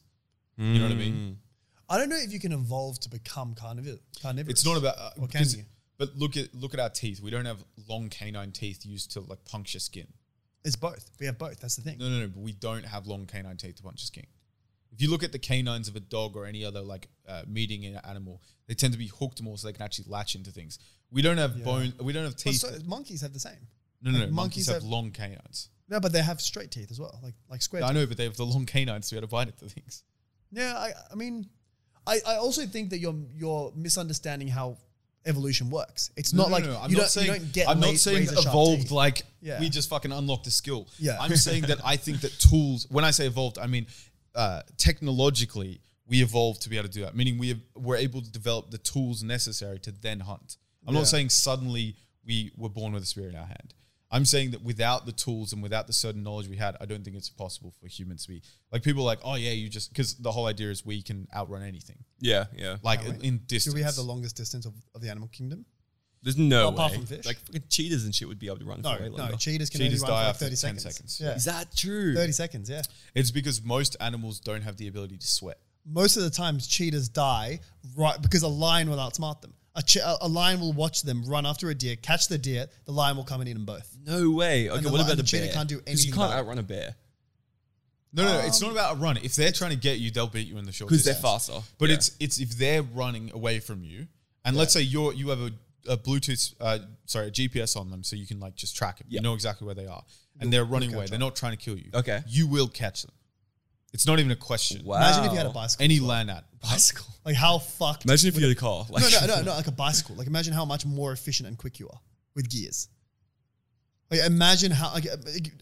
Speaker 1: You know what I
Speaker 3: Mm.
Speaker 1: mean?
Speaker 2: I don't know if you can evolve to become carniv- carnivorous.
Speaker 1: It's not about. Uh,
Speaker 2: Or can
Speaker 1: because-
Speaker 2: you?
Speaker 1: But look at look at our teeth. We don't have long canine teeth used to like puncture skin.
Speaker 2: It's both. We have both. That's the thing.
Speaker 1: No, no, no. But we don't have long canine teeth to punch a skin. If you look at the canines of a dog or any other like uh, meeting an animal, they tend to be hooked more, so they can actually latch into things. We don't have bone. We don't have
Speaker 2: But
Speaker 1: teeth.
Speaker 2: so- monkeys have the same.
Speaker 1: no, no, no.
Speaker 2: like,
Speaker 1: Monkeys,
Speaker 2: monkeys
Speaker 1: have,
Speaker 2: have-
Speaker 1: long canines.
Speaker 2: No, but they have straight teeth as well, like like square.
Speaker 1: I
Speaker 2: teeth.
Speaker 1: know, but they have the long canines to be able to bite into things.
Speaker 2: Yeah, I, I mean, I, I also think that you're you're misunderstanding how evolution works. It's not like
Speaker 1: I'm not
Speaker 2: you, don't,
Speaker 1: saying,
Speaker 2: you don't get.
Speaker 1: I'm
Speaker 2: la-
Speaker 1: not saying
Speaker 2: razor-sharp
Speaker 1: evolved
Speaker 2: teeth.
Speaker 1: like
Speaker 2: Yeah.
Speaker 1: we just fucking unlocked a skill.
Speaker 2: Yeah.
Speaker 1: I'm saying that I think that tools. When I say evolved, I mean uh, technologically we evolved to be able to do that. Meaning we have, were able to develop the tools necessary to then hunt. I'm
Speaker 2: Yeah.
Speaker 1: not saying suddenly we were born with a spear in our hand. I'm saying that without the tools and without the certain knowledge we had, I don't think it's possible for humans to be like people are like, oh yeah, you just because the whole idea is we can outrun anything,
Speaker 3: Yeah, yeah.
Speaker 1: like
Speaker 2: Outrun.
Speaker 1: in distance.
Speaker 2: Do we have the longest distance of, of the animal kingdom?
Speaker 3: There's no
Speaker 2: apart
Speaker 3: way.
Speaker 2: from fish.
Speaker 3: Like fucking cheeters and shit would be able to run for way
Speaker 2: no.
Speaker 3: longer.
Speaker 2: Cheetahs can
Speaker 1: Cheetahs
Speaker 2: only run
Speaker 1: die
Speaker 2: for like
Speaker 1: after
Speaker 2: thirty
Speaker 1: 10
Speaker 2: seconds.
Speaker 1: seconds.
Speaker 2: Yeah,
Speaker 3: Is that true?
Speaker 2: thirty seconds. Yeah,
Speaker 1: It's because most animals don't have the ability to sweat.
Speaker 2: most of the times cheetahs die right because a lion will outsmart them. A, che- a- a lion will watch them run after a deer, catch the deer. The lion will come and eat them both.
Speaker 3: No way. Okay,
Speaker 2: the
Speaker 3: what
Speaker 2: li-
Speaker 3: about
Speaker 2: and
Speaker 3: a
Speaker 2: the cheetah
Speaker 3: bear?
Speaker 2: can't do
Speaker 3: 'Cause
Speaker 2: anything
Speaker 3: You can't
Speaker 2: about it.
Speaker 3: outrun a bear.
Speaker 1: No, no, it's not about a run. If they're trying to get you, they'll beat you in the short
Speaker 3: Um, 'Cause they're
Speaker 1: distance.
Speaker 3: faster.
Speaker 1: But
Speaker 3: Yeah.
Speaker 1: it's it's if they're running away from you, and let's say you're you have a, a Bluetooth, uh, sorry, a GPS on them, so you can like just track them.
Speaker 3: Yeah.
Speaker 1: You know exactly where they are, and they're running away. They're not trying to kill you.
Speaker 3: Okay.
Speaker 1: you will catch them. It's not even a question.
Speaker 3: Wow.
Speaker 2: Imagine if you had a
Speaker 3: Wow.
Speaker 2: bicycle.
Speaker 1: Any land at
Speaker 3: Bicycle.
Speaker 2: like how fucked.
Speaker 3: Imagine if you had a car.
Speaker 2: [LAUGHS]
Speaker 3: Like,
Speaker 2: no, no, no, no, like a bicycle. Like imagine how much more efficient and quick you are with gears. Like imagine how like,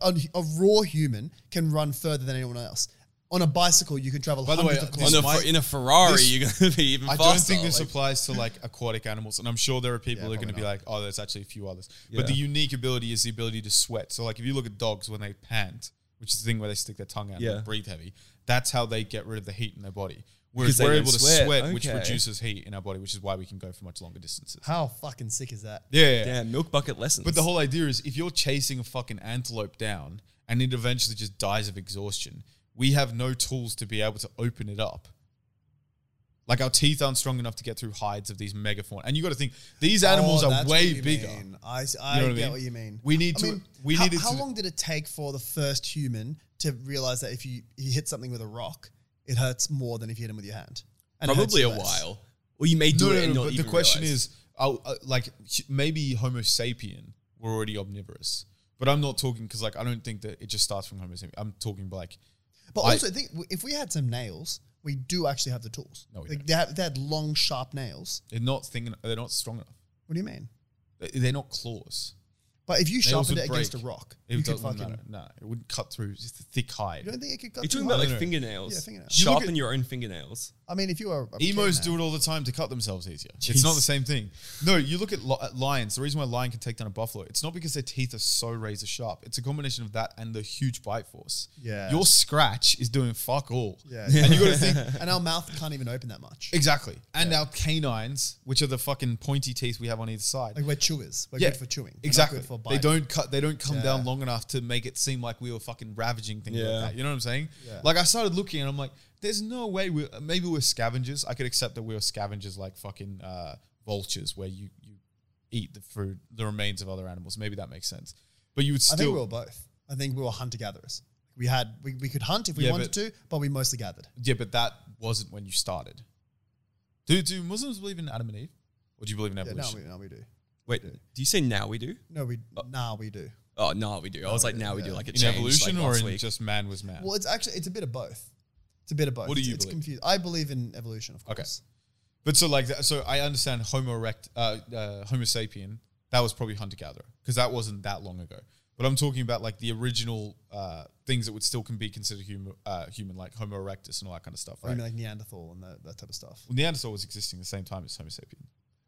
Speaker 2: a, a raw human can run further than anyone else. On a bicycle, you can travel
Speaker 1: By the way,
Speaker 2: hundreds of
Speaker 1: this
Speaker 3: On
Speaker 2: kilometers.
Speaker 3: a,
Speaker 1: might-
Speaker 3: in a Ferrari,
Speaker 1: this-
Speaker 3: you're going to be even
Speaker 1: I
Speaker 3: faster.
Speaker 1: don't think this
Speaker 3: like-
Speaker 1: applies to like aquatic animals, and I'm sure there are people who are going to be like, "Oh, there's actually a few others." But the
Speaker 3: Yeah.
Speaker 1: unique ability is the ability to sweat. So, like, if you look at dogs when they pant, which is the thing where they stick their tongue out
Speaker 3: Yeah.
Speaker 1: and breathe heavy, that's how they get rid of the heat in their body. Whereas
Speaker 3: Because they
Speaker 1: we're
Speaker 3: don't
Speaker 1: able to
Speaker 3: sweat.
Speaker 1: sweat, which
Speaker 3: Okay.
Speaker 1: reduces heat in our body, which is why we can go for much longer distances.
Speaker 2: how fucking sick is that?
Speaker 1: Yeah, yeah, yeah.
Speaker 3: Damn, milk bucket lessons.
Speaker 1: But the whole idea is if you're chasing a fucking antelope down and it eventually just dies of exhaustion, we have no tools to be able to open it up. Like our teeth aren't strong enough to get through hides of these megafauna. And you got to think these animals
Speaker 2: Oh,
Speaker 1: are
Speaker 2: that's what
Speaker 1: way
Speaker 2: you
Speaker 1: bigger.
Speaker 2: mean. I, s- I
Speaker 1: You know what I
Speaker 2: get
Speaker 1: mean?
Speaker 2: what you mean.
Speaker 1: We need
Speaker 2: I
Speaker 1: to-
Speaker 2: mean,
Speaker 1: we
Speaker 2: how,
Speaker 1: needed
Speaker 2: How
Speaker 1: to-
Speaker 2: long did it take for the first human to realize that if you you hit something with a rock, it hurts more than if you hit him with your hand? And it hurts
Speaker 3: probably
Speaker 2: you
Speaker 3: a
Speaker 2: less.
Speaker 3: while. Or you may do
Speaker 1: No,
Speaker 3: it
Speaker 1: no,
Speaker 3: and
Speaker 1: no,
Speaker 3: not
Speaker 1: but the
Speaker 3: even
Speaker 1: question
Speaker 3: realize.
Speaker 1: is, oh, uh, like hu- maybe Homo sapien were already omnivorous, but I'm not talking because like I don't think that it just starts from Homo sapien. I'm talking like
Speaker 2: But
Speaker 1: I-
Speaker 2: also, think if we had some nails, we do actually have the tools.
Speaker 1: No, we
Speaker 2: Like, they, have, they had long, sharp nails.
Speaker 1: they're not thinking, they're not strong enough.
Speaker 2: What do you mean?
Speaker 1: They- They're not claws.
Speaker 2: But if you
Speaker 1: Nails
Speaker 2: sharpened
Speaker 1: would
Speaker 2: it against a
Speaker 1: break.
Speaker 2: rock,
Speaker 1: It
Speaker 2: you
Speaker 1: does
Speaker 2: could fucking.
Speaker 1: Nah, it wouldn't cut through. It's just a thick hide.
Speaker 2: You don't think it could cut?
Speaker 3: You're
Speaker 2: through
Speaker 3: talking about
Speaker 2: hide?
Speaker 3: like
Speaker 1: no.
Speaker 3: fingernails.
Speaker 2: Yeah, fingernails.
Speaker 1: You look
Speaker 3: Sharpen
Speaker 1: at-
Speaker 3: your own fingernails.
Speaker 2: I mean, if you were a
Speaker 1: Emos
Speaker 2: kid
Speaker 1: do
Speaker 2: now-
Speaker 1: it all the time to cut themselves easier. It's not the same thing. No, you look at, li- at lions. The reason why a lion can take down a buffalo, it's not because their teeth are so razor sharp. It's a combination of that and the huge bite force.
Speaker 2: Yeah.
Speaker 1: Your scratch is doing fuck all. [LAUGHS]
Speaker 2: Yeah.
Speaker 1: And you got to think
Speaker 2: [LAUGHS] and our mouth can't even open that much.
Speaker 1: exactly. And our canines, which are the fucking pointy teeth we have on either side.
Speaker 2: Like we're chewers. We're
Speaker 1: yeah,
Speaker 2: good for chewing. We're not
Speaker 1: Exactly.
Speaker 2: Good for
Speaker 1: they
Speaker 2: biting.
Speaker 1: don't cut. They don't come
Speaker 2: Yeah.
Speaker 1: down long enough to make it seem like we were fucking ravaging things
Speaker 3: Yeah.
Speaker 1: like that. You know what I'm saying?
Speaker 2: Yeah.
Speaker 1: Like I started looking and I'm like, there's no way we. are Maybe we're scavengers. I could accept that we were scavengers, like fucking uh, vultures, where you you eat the food, the remains of other animals. Maybe that makes sense. But you would
Speaker 2: I think we
Speaker 1: still.
Speaker 2: were both. I think we were hunter gatherers. We had we, we could hunt if we
Speaker 1: Yeah,
Speaker 2: wanted
Speaker 1: but-
Speaker 2: to, but we mostly gathered.
Speaker 1: yeah, but that wasn't when you started. Do do Muslims believe in Adam and Eve, or do you believe in
Speaker 2: Yeah,
Speaker 1: evolution?
Speaker 2: now we now we do.
Speaker 3: Wait, do you say now we do?
Speaker 2: No, we
Speaker 1: Uh,
Speaker 2: now we do.
Speaker 3: Oh, now we do. I was like, now we do. Like it
Speaker 1: in
Speaker 3: changed
Speaker 1: evolution
Speaker 3: like,
Speaker 1: or
Speaker 3: last
Speaker 1: in
Speaker 3: week.
Speaker 1: just man was man?
Speaker 2: Well, it's actually it's a bit of both. It's a bit of both.
Speaker 1: What do
Speaker 2: It's-
Speaker 1: you
Speaker 2: it's
Speaker 1: believe?
Speaker 2: confused. I believe in evolution, of
Speaker 1: Okay.
Speaker 2: course.
Speaker 1: But so like that, so I understand Homo erect, uh, uh, Homo sapien. That was probably hunter gatherer because that wasn't that long ago. But I'm talking about like the original uh, things that would still can be considered human, uh, human like Homo erectus and all that kind of stuff,
Speaker 2: I
Speaker 1: right?
Speaker 2: mean, like Neanderthal and that, that type of stuff.
Speaker 1: Well, Neanderthal was existing the same time as Homo sapien.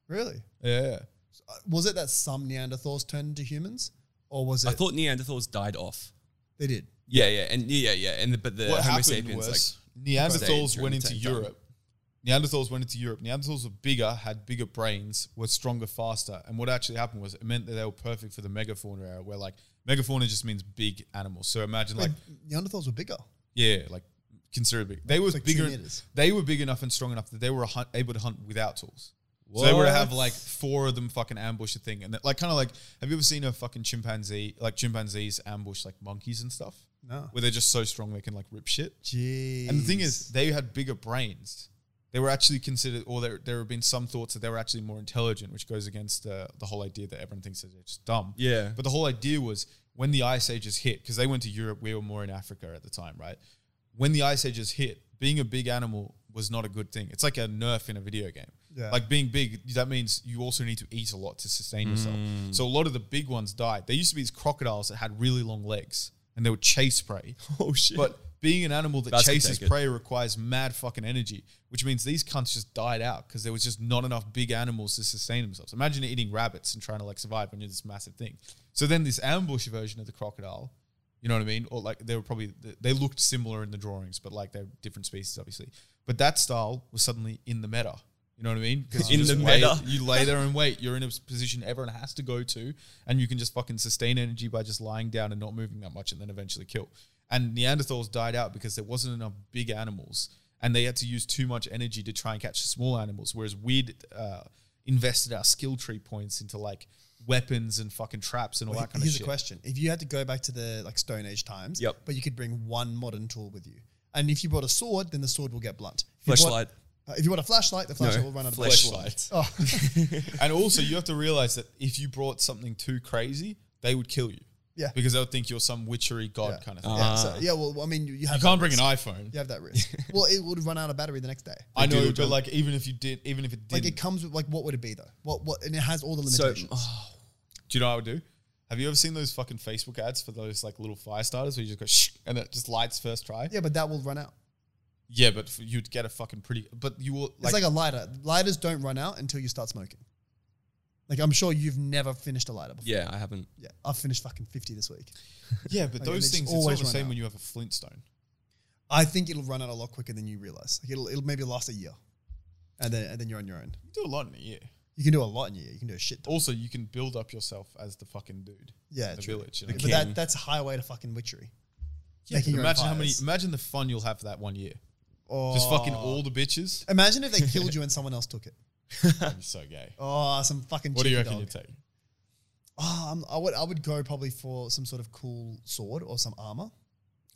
Speaker 2: Really?
Speaker 1: Yeah,
Speaker 2: Uh, Was it that some Neanderthals turned into humans, or was it
Speaker 3: I thought Neanderthals died off.
Speaker 2: they did?
Speaker 3: Yeah, yeah, and yeah, yeah, and the, but the
Speaker 1: what
Speaker 3: Homo
Speaker 1: happened
Speaker 3: sapiens
Speaker 1: was
Speaker 3: stayed
Speaker 1: Neanderthals
Speaker 3: during
Speaker 1: went
Speaker 3: the
Speaker 1: into
Speaker 3: same time.
Speaker 1: Europe. Neanderthals went into Europe. Neanderthals were bigger, had bigger brains, were stronger, faster. And what actually happened was it meant that they were perfect for the megafauna era, where like megafauna just means big animals. So imagine
Speaker 2: Like
Speaker 1: like
Speaker 2: Neanderthals were bigger.
Speaker 1: Yeah, like considerably. They were
Speaker 2: like two
Speaker 1: bigger.
Speaker 2: meters.
Speaker 1: They were big enough and strong enough that they were hunt, able to hunt without tools. So they were to have
Speaker 3: What?
Speaker 1: like four of them fucking ambush a thing, and that, like kind of like, have you ever seen a fucking chimpanzee? Like chimpanzees ambush like monkeys and stuff,
Speaker 2: No.
Speaker 1: where they're just so strong they can like rip shit.
Speaker 2: Jeez.
Speaker 1: And the thing is, they had bigger brains. They were actually considered, or there, there have been some thoughts that they were actually more intelligent, which goes against uh, the, the whole idea that everyone thinks that they're just dumb.
Speaker 3: Yeah.
Speaker 1: But the whole idea was when the ice ages hit, because they went to Europe, we were more in Africa at the time, right? When the ice ages hit, being a big animal was not a good thing. It's like a nerf in a video game.
Speaker 2: Yeah.
Speaker 1: Like being big, that means you also need to eat a lot to sustain yourself.
Speaker 3: Mm.
Speaker 1: So a lot of the big ones died. There used to be these crocodiles that had really long legs and they would chase prey.
Speaker 3: [LAUGHS] Oh shit!
Speaker 1: But being an animal that
Speaker 3: That's
Speaker 1: chases
Speaker 3: contentious.
Speaker 1: prey requires mad fucking energy, which means these cunts just died out because there was just not enough big animals to sustain themselves. Imagine eating rabbits and trying to like survive when you're this massive thing. So then this ambush version of the crocodile, you know what I mean? Or like they were probably they looked similar in the drawings, but like they're different species, obviously. But that style was suddenly in the meta. You know what I mean? Because
Speaker 3: In the meta.
Speaker 1: you lay there and wait. You're in a position everyone has to go to, and you can just fucking sustain energy by just lying down and not moving that much, and then eventually kill. And Neanderthals died out because there wasn't enough big animals, and they had to use too much energy to try and catch small animals. Whereas we'd uh, invested our skill tree points into like weapons and fucking traps and all that kind
Speaker 2: Here's
Speaker 1: of shit.
Speaker 2: a question: If you had to go back to the like Stone Age times,
Speaker 3: Yep.
Speaker 2: but you could bring one modern tool with you, and if you brought a sword, then the sword will get blunt. If you brought-
Speaker 3: Fleshlight.
Speaker 2: uh, if you brought a flashlight, the flashlight will run out of
Speaker 3: fleshlight.
Speaker 2: [LAUGHS] Oh,
Speaker 1: and also, you have to realize that if you brought something too crazy, they would kill you.
Speaker 2: Yeah.
Speaker 1: because they'll think you're some witchery god
Speaker 2: Yeah.
Speaker 1: kind of thing.
Speaker 2: yeah, so, yeah. Well, I mean, you, you
Speaker 1: Ah.
Speaker 2: have
Speaker 1: You can't
Speaker 2: that
Speaker 1: bring an
Speaker 2: risk.
Speaker 1: iPhone.
Speaker 2: You have
Speaker 1: [LAUGHS]
Speaker 2: that risk. well, it would run out of battery the next day.
Speaker 1: I
Speaker 3: They do
Speaker 1: know,
Speaker 3: the
Speaker 1: but
Speaker 3: job.
Speaker 1: like even if you did, even if it did,
Speaker 2: Like
Speaker 1: not
Speaker 2: it comes with like what would it be though? What what and it has all the
Speaker 3: So
Speaker 1: uh,
Speaker 2: limitations.
Speaker 3: oh,
Speaker 1: do you know what I would do? Have you ever seen those fucking Facebook ads for those like little fire starters where you just go shh and it just lights first try?
Speaker 2: yeah, but that will run out.
Speaker 1: Yeah, but f- you'd get a fucking pretty. But you will
Speaker 2: It's
Speaker 1: like,
Speaker 2: like a lighter. Lighters don't run out until you start smoking. Like I'm sure you've never finished a lighter before.
Speaker 3: yeah, I haven't.
Speaker 2: Yeah, I've finished fucking fifty this week.
Speaker 1: yeah, but
Speaker 2: like,
Speaker 1: those
Speaker 2: they just
Speaker 1: things it's not
Speaker 2: always
Speaker 1: the
Speaker 2: run
Speaker 1: same
Speaker 2: out.
Speaker 1: when you have a Flintstone.
Speaker 2: I think it'll run out a lot quicker than you realize. Like it'll, it'll maybe last a year, and then and then you're on your own.
Speaker 1: You do a lot in a year.
Speaker 2: You can do a lot in a year. You can do a shit. Ton.
Speaker 1: Also, you can build up yourself as the fucking dude.
Speaker 2: Yeah,
Speaker 1: in the
Speaker 2: true.
Speaker 1: village. You know?
Speaker 2: But
Speaker 3: king.
Speaker 2: that that's a highway to fucking witchery.
Speaker 1: Yeah,
Speaker 2: making your own
Speaker 1: imagine how many.
Speaker 2: fires.
Speaker 1: Imagine the fun you'll have for that one year.
Speaker 2: Oh,
Speaker 1: Just fucking all the bitches.
Speaker 2: Imagine if they
Speaker 1: [LAUGHS]
Speaker 2: killed you and someone else took it.
Speaker 1: That'd be so gay.
Speaker 2: Oh, some fucking.
Speaker 1: What do you
Speaker 2: cheeky
Speaker 1: reckon
Speaker 2: dog. Uh,
Speaker 1: you'd take?
Speaker 2: Oh, I'm, I would I would go probably for some sort of cool sword or some armor.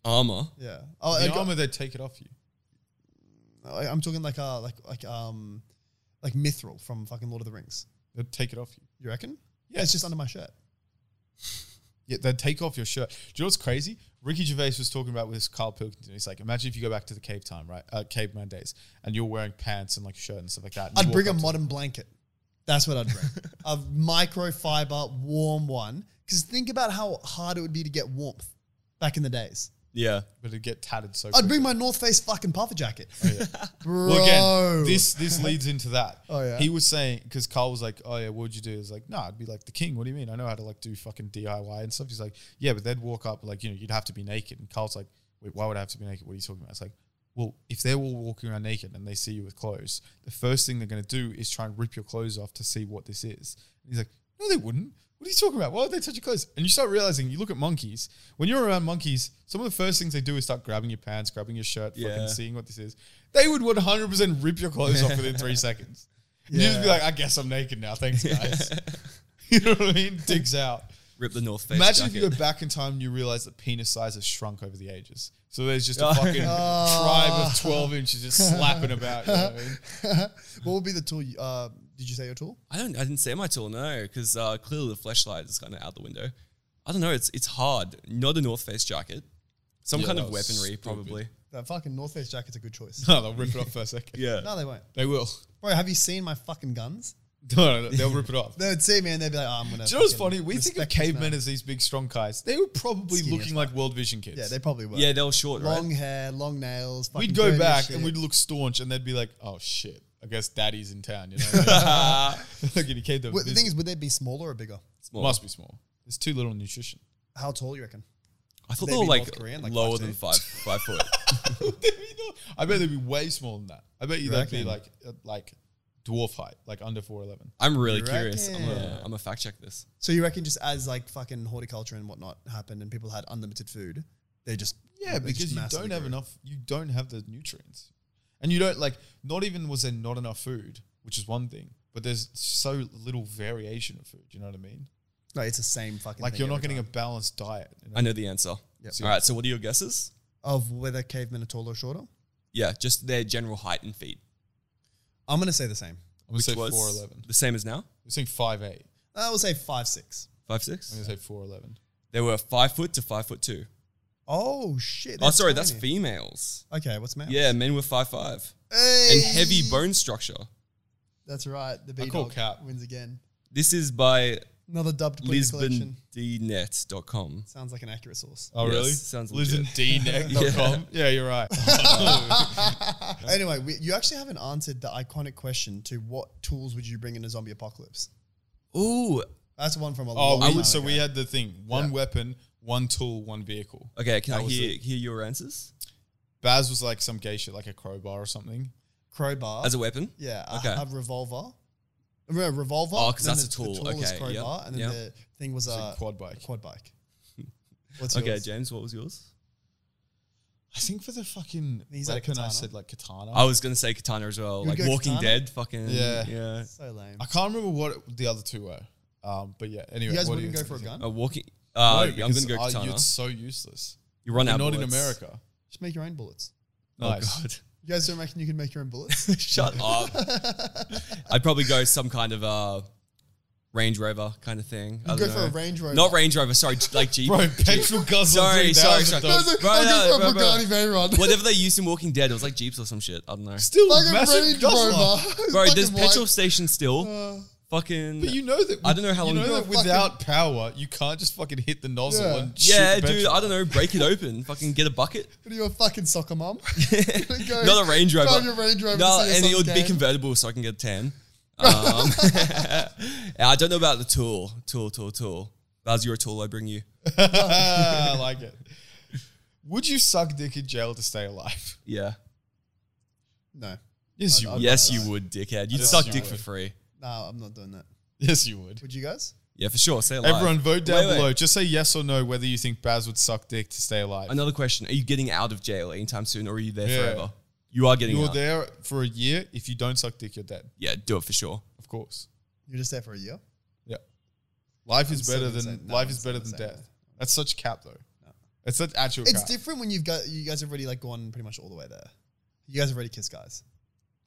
Speaker 3: Armor.
Speaker 2: Yeah. Oh,
Speaker 1: The
Speaker 2: I'd go-
Speaker 1: armor they take it off you.
Speaker 2: I- I'm talking like uh like like um like mithril from fucking Lord of the Rings.
Speaker 1: They'd take it off you.
Speaker 2: You reckon?
Speaker 1: Yeah.
Speaker 2: it's just under my shirt.
Speaker 1: Yeah, they'd take off your shirt. Do you know what's crazy? Ricky Gervais was talking about with this Carl Pilkington. He's like, imagine if you go back to the cave time, right? Uh, caveman days, and you're wearing pants and like shirt and stuff like that. and you
Speaker 2: I'd
Speaker 1: walk
Speaker 2: bring a
Speaker 1: up to- [LAUGHS]
Speaker 2: modern blanket. That's what I'd bring. a microfiber warm one. Because think about how hard it would be to get warmth back in the days.
Speaker 3: Yeah.
Speaker 1: but it'd get tattered so
Speaker 2: I'd
Speaker 1: quick.
Speaker 2: bring my North Face fucking puffer jacket. [LAUGHS] Bro.
Speaker 1: Oh, Well, again, this this leads into that.
Speaker 2: [LAUGHS] Oh, yeah.
Speaker 1: He was saying because Carl was like, "Oh yeah, what would you do?" He's like, "No, I'd be like the king. What do you mean? I know how to like do fucking DIY and stuff." He's like, "Yeah, but they'd walk up like you know you'd have to be naked." And Carl's like, "Wait, why would I have to be naked? What are you talking about?" It's like, well, if they're all walking around naked and they see you with clothes, the first thing they're gonna do is try and rip your clothes off to see what this is. And he's like, "No, they wouldn't." What are you talking about? Why would they touch your clothes? And you start realizing, you look at monkeys. When you're around monkeys, some of the first things they do is start grabbing your pants, grabbing your shirt,
Speaker 3: Yeah.
Speaker 1: fucking seeing what this is. They would 100% rip your clothes off within
Speaker 2: [LAUGHS]
Speaker 1: three seconds. You'd just be
Speaker 2: Yeah.
Speaker 1: like, I guess I'm naked now. Thanks, guys. [LAUGHS] you know what I mean? Digs out.
Speaker 3: Rip the North Face.
Speaker 1: Imagine if
Speaker 3: jacket.
Speaker 1: you go back in time and you realize that penis size has shrunk over the ages. So there's
Speaker 2: [LAUGHS]
Speaker 1: just
Speaker 3: Oh.
Speaker 1: a fucking tribe of 12 inches just slapping about. You know what I mean?
Speaker 2: [LAUGHS]
Speaker 1: [LAUGHS]
Speaker 2: what would be the tool? you- Uh, did you say your tool?
Speaker 3: I don't. I didn't say my tool. No, because uh, clearly the flashlight is kind of out the window. I don't know. It's it's hard. Not a North Face jacket. Some
Speaker 1: Yeah,
Speaker 3: kind
Speaker 1: that
Speaker 3: of
Speaker 1: was
Speaker 3: weaponry,
Speaker 1: stupid.
Speaker 3: probably.
Speaker 2: That fucking North Face jacket's a
Speaker 1: [LAUGHS]
Speaker 2: good choice.
Speaker 1: No, Oh, they'll rip it off for a second.
Speaker 3: Yeah.
Speaker 2: no, they won't.
Speaker 1: They will. [LAUGHS]
Speaker 2: Bro, have you seen my fucking guns?
Speaker 1: No, no, no, they'll rip it
Speaker 2: [LAUGHS]
Speaker 1: off.
Speaker 2: They would see me and they'd be like, oh, I'm gonna.
Speaker 1: Do you know what's
Speaker 2: fucking
Speaker 1: funny? We think of
Speaker 2: respect this
Speaker 1: cavemen
Speaker 2: man.
Speaker 1: as these big, strong guys. They were probably
Speaker 2: Skinny as
Speaker 1: looking like World Vision kids.
Speaker 2: Yeah, they probably were.
Speaker 3: Yeah, they were short,
Speaker 2: long
Speaker 3: right?
Speaker 2: hair, long nails. fucking
Speaker 1: we'd go
Speaker 2: dirty
Speaker 1: back
Speaker 2: shit.
Speaker 1: and we'd look staunch, and they'd be like, "Oh shit, I guess Daddy's in town." You know, [LAUGHS] what I mean? like he came to
Speaker 2: Well, the
Speaker 1: visit.
Speaker 2: thing is, would they be smaller or bigger?
Speaker 3: Small.
Speaker 1: must be small. There's too little nutrition. [LAUGHS]
Speaker 2: How tall you reckon?
Speaker 3: I thought
Speaker 2: they
Speaker 3: they were
Speaker 2: be
Speaker 3: like,
Speaker 2: North Korean, like
Speaker 3: lower
Speaker 2: 5'10"?
Speaker 3: than five five foot.
Speaker 1: I bet they'd be way smaller than that. I bet you,
Speaker 2: You
Speaker 1: they'd be
Speaker 2: reckon?
Speaker 1: like uh, like dwarf height, like under four eleven.
Speaker 3: I'm
Speaker 2: [LAUGHS]
Speaker 3: really
Speaker 2: You
Speaker 3: curious. I'm
Speaker 2: reckon?
Speaker 3: gonna, I'm gonna fact check this.
Speaker 2: So you reckon just as like fucking horticulture and whatnot happened and people had unlimited food, they just
Speaker 1: Yeah,
Speaker 2: they just
Speaker 1: because you
Speaker 2: massively
Speaker 1: don't have
Speaker 2: grew.
Speaker 1: enough. You don't have the nutrients, and you don't like. Not even was there not enough food, which is one thing. But there's so little variation of food. You know what I mean?
Speaker 2: No, it's the same fucking.
Speaker 1: Like
Speaker 2: thing
Speaker 1: you're not
Speaker 2: every
Speaker 1: getting a
Speaker 2: time.
Speaker 1: balanced diet. you know?
Speaker 3: I know the answer.
Speaker 2: Yep.
Speaker 3: All right. So what are your guesses?
Speaker 2: of whether cavemen are taller or shorter.
Speaker 3: Yeah, just their general height and feet,
Speaker 2: I'm gonna say the same.
Speaker 1: I'm gonna
Speaker 3: which
Speaker 1: say
Speaker 3: was
Speaker 1: four eleven.
Speaker 3: the same as now,
Speaker 1: I'm saying five eight.
Speaker 2: I will say five six.
Speaker 3: five
Speaker 1: I'm
Speaker 3: six.
Speaker 1: gonna say four eleven.
Speaker 3: They were five foot to five foot two.
Speaker 2: Oh shit!
Speaker 3: Oh, sorry, that's
Speaker 2: tiny.
Speaker 3: females.
Speaker 2: Okay, what's man?
Speaker 3: Yeah, men were five five
Speaker 2: Hey!
Speaker 3: and heavy bone structure.
Speaker 2: That's right. The B
Speaker 1: call
Speaker 2: dog
Speaker 1: cap.
Speaker 2: wins again.
Speaker 3: This is by
Speaker 2: Another dubbed pudding collection.
Speaker 3: lisbondnet.com.
Speaker 2: Sounds like an accurate source.
Speaker 1: Oh,
Speaker 3: Yes,
Speaker 1: really?
Speaker 3: sounds
Speaker 1: Listen, [LAUGHS] dneck.com. yeah. you're [LAUGHS] right.
Speaker 2: anyway, we, you actually haven't answered the iconic question to what tools would you bring in a zombie apocalypse?
Speaker 3: Ooh.
Speaker 2: That's one from a
Speaker 1: oh,
Speaker 2: long
Speaker 1: we,
Speaker 2: time
Speaker 1: so
Speaker 2: ago.
Speaker 1: we had the thing one
Speaker 2: Yeah.
Speaker 1: weapon, one tool, one vehicle.
Speaker 3: Okay, can I
Speaker 1: That was
Speaker 3: hear, hear your answers?
Speaker 1: Baz was like some gay shit, like a crowbar or something. Uh,
Speaker 2: crowbar.
Speaker 3: As a weapon?
Speaker 2: yeah,
Speaker 3: Okay.
Speaker 2: a, a revolver. A re- revolver.
Speaker 3: Oh, 'cause
Speaker 2: then
Speaker 3: that's
Speaker 2: the-
Speaker 3: a
Speaker 2: the
Speaker 3: tool.
Speaker 2: is
Speaker 3: Okay,
Speaker 2: crowbar,
Speaker 3: yep,
Speaker 2: and then
Speaker 3: yep.
Speaker 2: the thing was
Speaker 1: It's
Speaker 2: a
Speaker 1: a quad bike.
Speaker 2: quad bike. What's
Speaker 3: [LAUGHS] Okay,
Speaker 2: yours?
Speaker 3: James, what was yours?
Speaker 1: I think for the fucking
Speaker 2: He's had a
Speaker 1: weapon, I
Speaker 2: katana.
Speaker 1: said like katana.
Speaker 3: I was going to say katana as well.
Speaker 2: You would
Speaker 3: like
Speaker 2: go
Speaker 3: Walking
Speaker 2: katana?
Speaker 3: Dead, fucking.
Speaker 1: Yeah.
Speaker 3: Yeah.
Speaker 2: So lame.
Speaker 1: I can't remember what the other two were. Um, but yeah, anyway.
Speaker 2: You guys
Speaker 1: what do
Speaker 2: wouldn't go
Speaker 1: think?
Speaker 2: for a gun?
Speaker 3: A walking. Uh,
Speaker 1: No,
Speaker 3: I'm
Speaker 1: because,
Speaker 3: going to go
Speaker 1: uh,
Speaker 3: katana.
Speaker 1: You're so useless.
Speaker 3: you run
Speaker 1: You're
Speaker 3: out
Speaker 1: not in
Speaker 3: bullets.
Speaker 1: America.
Speaker 2: Just make your own bullets.
Speaker 1: Nice.
Speaker 3: Oh, God.
Speaker 2: You guys don't reckon you can make your own bullets? [LAUGHS]
Speaker 3: [LAUGHS] Shut up.
Speaker 1: [LAUGHS]
Speaker 3: I'd probably go some kind of uh, Range Rover kind of thing. I
Speaker 2: You go
Speaker 3: don't
Speaker 2: for a
Speaker 3: know.
Speaker 2: Range Rover. [LAUGHS]
Speaker 3: Not Range Rover, sorry, j- like
Speaker 1: [LAUGHS]
Speaker 3: Jeep.
Speaker 1: [LAUGHS] Bro, petrol guzzle.
Speaker 3: [LAUGHS] Sorry, sorry,
Speaker 1: 3000,
Speaker 3: sorry.
Speaker 1: dog.
Speaker 2: I'll
Speaker 3: Bro,
Speaker 2: go for
Speaker 3: no,
Speaker 2: a
Speaker 3: bro, bro.
Speaker 2: Bugatti Veyron. [LAUGHS]
Speaker 3: Whatever they used in Walking Dead, it was like Jeeps or some shit. I don't know.
Speaker 1: Still
Speaker 2: Like a
Speaker 1: massive
Speaker 2: Range
Speaker 1: guzzler.
Speaker 2: Rover. [LAUGHS]
Speaker 3: Bro, there's
Speaker 2: Fucking Uh,
Speaker 3: petrol
Speaker 2: white.
Speaker 3: stations still. fucking.
Speaker 1: But you know that
Speaker 3: I don't know how long
Speaker 1: you
Speaker 3: ago.
Speaker 1: know that without power, you can't just fucking hit the nozzle
Speaker 2: Yeah.
Speaker 1: and shoot
Speaker 3: yeah,
Speaker 1: the
Speaker 3: dude.
Speaker 1: petrol.
Speaker 3: I don't know. Break it open. [LAUGHS] fucking get a bucket.
Speaker 2: What Are you a fucking soccer
Speaker 3: [LAUGHS]
Speaker 2: mom? [LAUGHS] Go
Speaker 3: Not a Range Rover.
Speaker 2: drive your Range Rover to
Speaker 3: No,
Speaker 2: see
Speaker 3: and
Speaker 2: us
Speaker 3: it
Speaker 2: on
Speaker 3: would be
Speaker 2: game.
Speaker 3: convertible, so I can get a
Speaker 2: [LAUGHS]
Speaker 3: tan. Um, [LAUGHS] I don't know about the tool. Tool, tool, tool. That's your tool. I bring you.
Speaker 1: I like it. Would you suck dick in jail to stay alive? [LAUGHS]
Speaker 3: Yeah.
Speaker 2: No,
Speaker 1: Yes,
Speaker 2: I'd-
Speaker 1: you
Speaker 2: I'd-
Speaker 1: would.
Speaker 3: yes, you would, dickhead. You'd
Speaker 1: just-
Speaker 3: suck
Speaker 1: you
Speaker 3: dick
Speaker 1: would.
Speaker 3: for free.
Speaker 2: no, I'm not doing that.
Speaker 1: Yes, you would.
Speaker 2: Would you guys?
Speaker 3: Yeah, for sure. Say alive.
Speaker 1: Everyone, vote down
Speaker 3: Wait, wait.
Speaker 1: below. Just say yes or no whether you think Baz would suck dick to stay alive.
Speaker 3: Another question: Are you getting out of jail anytime soon, or are you there
Speaker 1: Yeah.
Speaker 3: forever? You are getting
Speaker 1: You're
Speaker 3: out.
Speaker 1: there for a year. If you don't suck dick, you're dead.
Speaker 3: Yeah, do it for sure.
Speaker 1: Of course.
Speaker 2: You're just there for a year.
Speaker 1: Yeah. Life is
Speaker 2: still
Speaker 1: better
Speaker 2: gonna
Speaker 1: than
Speaker 2: say no,
Speaker 1: life
Speaker 2: I'm
Speaker 1: is
Speaker 2: still
Speaker 1: better than
Speaker 2: gonna say
Speaker 1: death. That's such cap though. That's such actual
Speaker 2: It's
Speaker 1: cap.
Speaker 2: different when you've got you guys have already like gone pretty much all the way there. You guys have already kissed guys.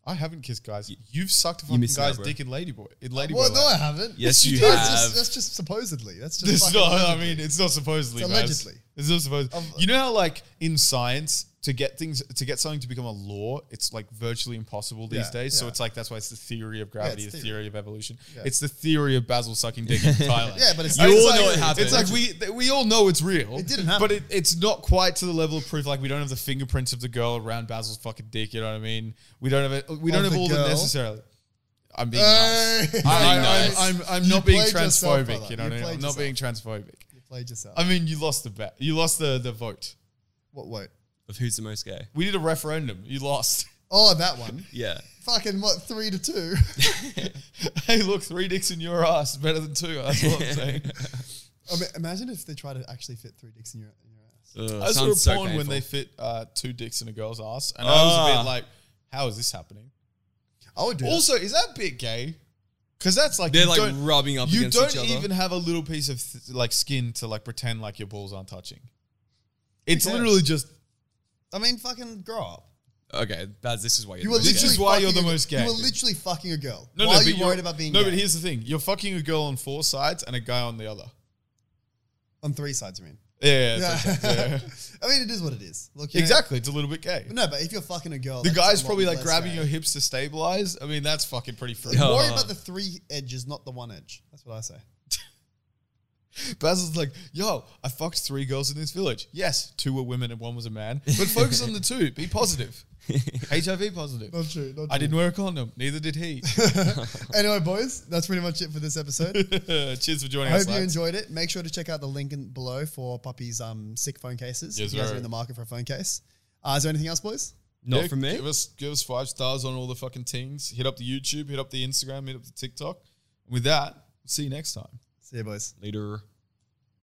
Speaker 1: I haven't kissed guys. You've sucked a
Speaker 3: you're
Speaker 1: fucking
Speaker 3: missing out,
Speaker 1: guy's
Speaker 3: bro.
Speaker 1: dick in Ladyboy. In Ladyboy.
Speaker 2: Well,
Speaker 1: Land.
Speaker 2: no, I haven't.
Speaker 3: Yes, you
Speaker 2: did. That's
Speaker 3: have.
Speaker 2: just, that's just supposedly. That's just
Speaker 1: It's
Speaker 2: fucking
Speaker 1: not. I
Speaker 2: allegedly.
Speaker 1: mean, it's not supposedly.
Speaker 2: It's
Speaker 1: Maz.
Speaker 2: allegedly.
Speaker 1: It's not supposed.
Speaker 2: Um,
Speaker 1: you know how, like in science, to get things to get something to become a law, it's like virtually impossible these
Speaker 2: Yeah,
Speaker 1: days. So
Speaker 2: yeah.
Speaker 1: it's like that's why it's the theory of gravity,
Speaker 2: it's
Speaker 1: the
Speaker 2: theory.
Speaker 1: theory. of evolution.
Speaker 2: Yeah.
Speaker 1: It's the theory of Basil sucking dick in
Speaker 2: [LAUGHS]
Speaker 1: Thailand.
Speaker 2: Yeah, but it's-
Speaker 1: you
Speaker 2: it's
Speaker 1: all
Speaker 2: like-
Speaker 1: know it
Speaker 2: it's
Speaker 1: happened. It's like we th- we all know it's real.
Speaker 2: It didn't happen.
Speaker 1: but it, it's not quite to the level of proof. Like we don't have the fingerprints of the girl around Basil's fucking dick. You know what I mean? We don't have it. We don't have
Speaker 2: Of the
Speaker 1: all the
Speaker 2: girl?
Speaker 1: necessarily. I'm being nice.
Speaker 2: Hey!
Speaker 1: I,
Speaker 3: nice.
Speaker 1: am I'm, I'm
Speaker 2: You
Speaker 1: not being
Speaker 2: played yourself,
Speaker 1: transphobic.
Speaker 2: brother.
Speaker 1: you know what I
Speaker 2: You
Speaker 1: mean? I'm
Speaker 2: played
Speaker 1: not being transphobic.
Speaker 2: You played yourself.
Speaker 1: I mean, you lost the bet. You lost the, the vote.
Speaker 2: what? Wait.
Speaker 3: of who's the most gay.
Speaker 1: We did a referendum. You lost. [LAUGHS]
Speaker 2: Oh, that [LAUGHS] one.
Speaker 3: Yeah.
Speaker 2: Fucking what? Three to [LAUGHS] two.
Speaker 1: hey, look, three dicks in your ass is better than two. That's what I'm saying.
Speaker 2: I mean, imagine if they try to actually fit three dicks in your, in your ass.
Speaker 3: Ugh,
Speaker 1: I saw a porn
Speaker 3: sounds so
Speaker 1: when
Speaker 3: painful.
Speaker 1: they fit uh, two dicks in a girl's ass, and I was a
Speaker 3: Ah.
Speaker 1: bit like, "How is this happening?"
Speaker 2: I would do. that.
Speaker 1: Also, is that bit gay? Because that's like
Speaker 3: They're
Speaker 1: you
Speaker 3: like
Speaker 1: don't,
Speaker 3: rubbing up
Speaker 1: you
Speaker 3: against
Speaker 1: don't
Speaker 3: each other.
Speaker 1: even have a little piece of th- like skin to like pretend like your balls aren't touching. It's
Speaker 2: cares?
Speaker 1: literally just
Speaker 2: I mean, fucking grow up.
Speaker 3: okay, that's this is why you're
Speaker 2: You
Speaker 3: the
Speaker 2: were
Speaker 3: most gay.
Speaker 1: This
Speaker 2: literally
Speaker 1: is why you're
Speaker 2: fucking
Speaker 1: the
Speaker 2: a-
Speaker 1: most gay,
Speaker 2: You were
Speaker 1: dude.
Speaker 2: literally fucking a girl. Why are
Speaker 1: but
Speaker 2: you
Speaker 1: you're-
Speaker 2: worried about being
Speaker 1: No,
Speaker 2: gay?
Speaker 1: but here's the thing: you're fucking a girl on four sides and a guy on the other.
Speaker 2: on three sides, I mean.
Speaker 1: Yeah, yeah,
Speaker 2: Yeah.
Speaker 1: that's
Speaker 2: [LAUGHS]
Speaker 1: what I'm saying. Yeah.
Speaker 2: I mean, it is what it is. Look, you know-
Speaker 1: exactly. It's a little bit gay.
Speaker 2: But no, but if you're fucking a girl,
Speaker 1: The
Speaker 2: that's
Speaker 1: guy's
Speaker 2: a lot
Speaker 1: probably like
Speaker 2: less
Speaker 1: grabbing
Speaker 2: gay.
Speaker 1: your hips to stabilize. I mean, that's fucking pretty free.
Speaker 3: Yeah.
Speaker 2: Worry
Speaker 3: Oh.
Speaker 2: about the three edges, not the one edge. That's what I say.
Speaker 1: Basil's like, yo, I fucked three girls in this village. Yes, two were women and one was a man. But focus on the two. Be positive. HIV positive.
Speaker 2: Not true. Not
Speaker 1: I didn't wear a condom. Neither did he. [LAUGHS]
Speaker 2: [LAUGHS] Anyway, boys, that's pretty much it for this episode.
Speaker 1: Cheers for joining
Speaker 2: I
Speaker 1: us.
Speaker 2: hope you
Speaker 1: lads.
Speaker 2: enjoyed it. Make sure to check out the link in below for Puppy's um, sick phone cases.
Speaker 1: Yes,
Speaker 2: if you guys
Speaker 1: sir.
Speaker 2: are in the market for a phone case. Uh, is there anything else, boys?
Speaker 3: Not
Speaker 1: Yeah,
Speaker 3: from me.
Speaker 1: Give us give us five stars on all the fucking things. Hit up the YouTube. Hit up the Instagram. Hit up the TikTok. With that, see you next time.
Speaker 2: See you, boys.
Speaker 3: Later.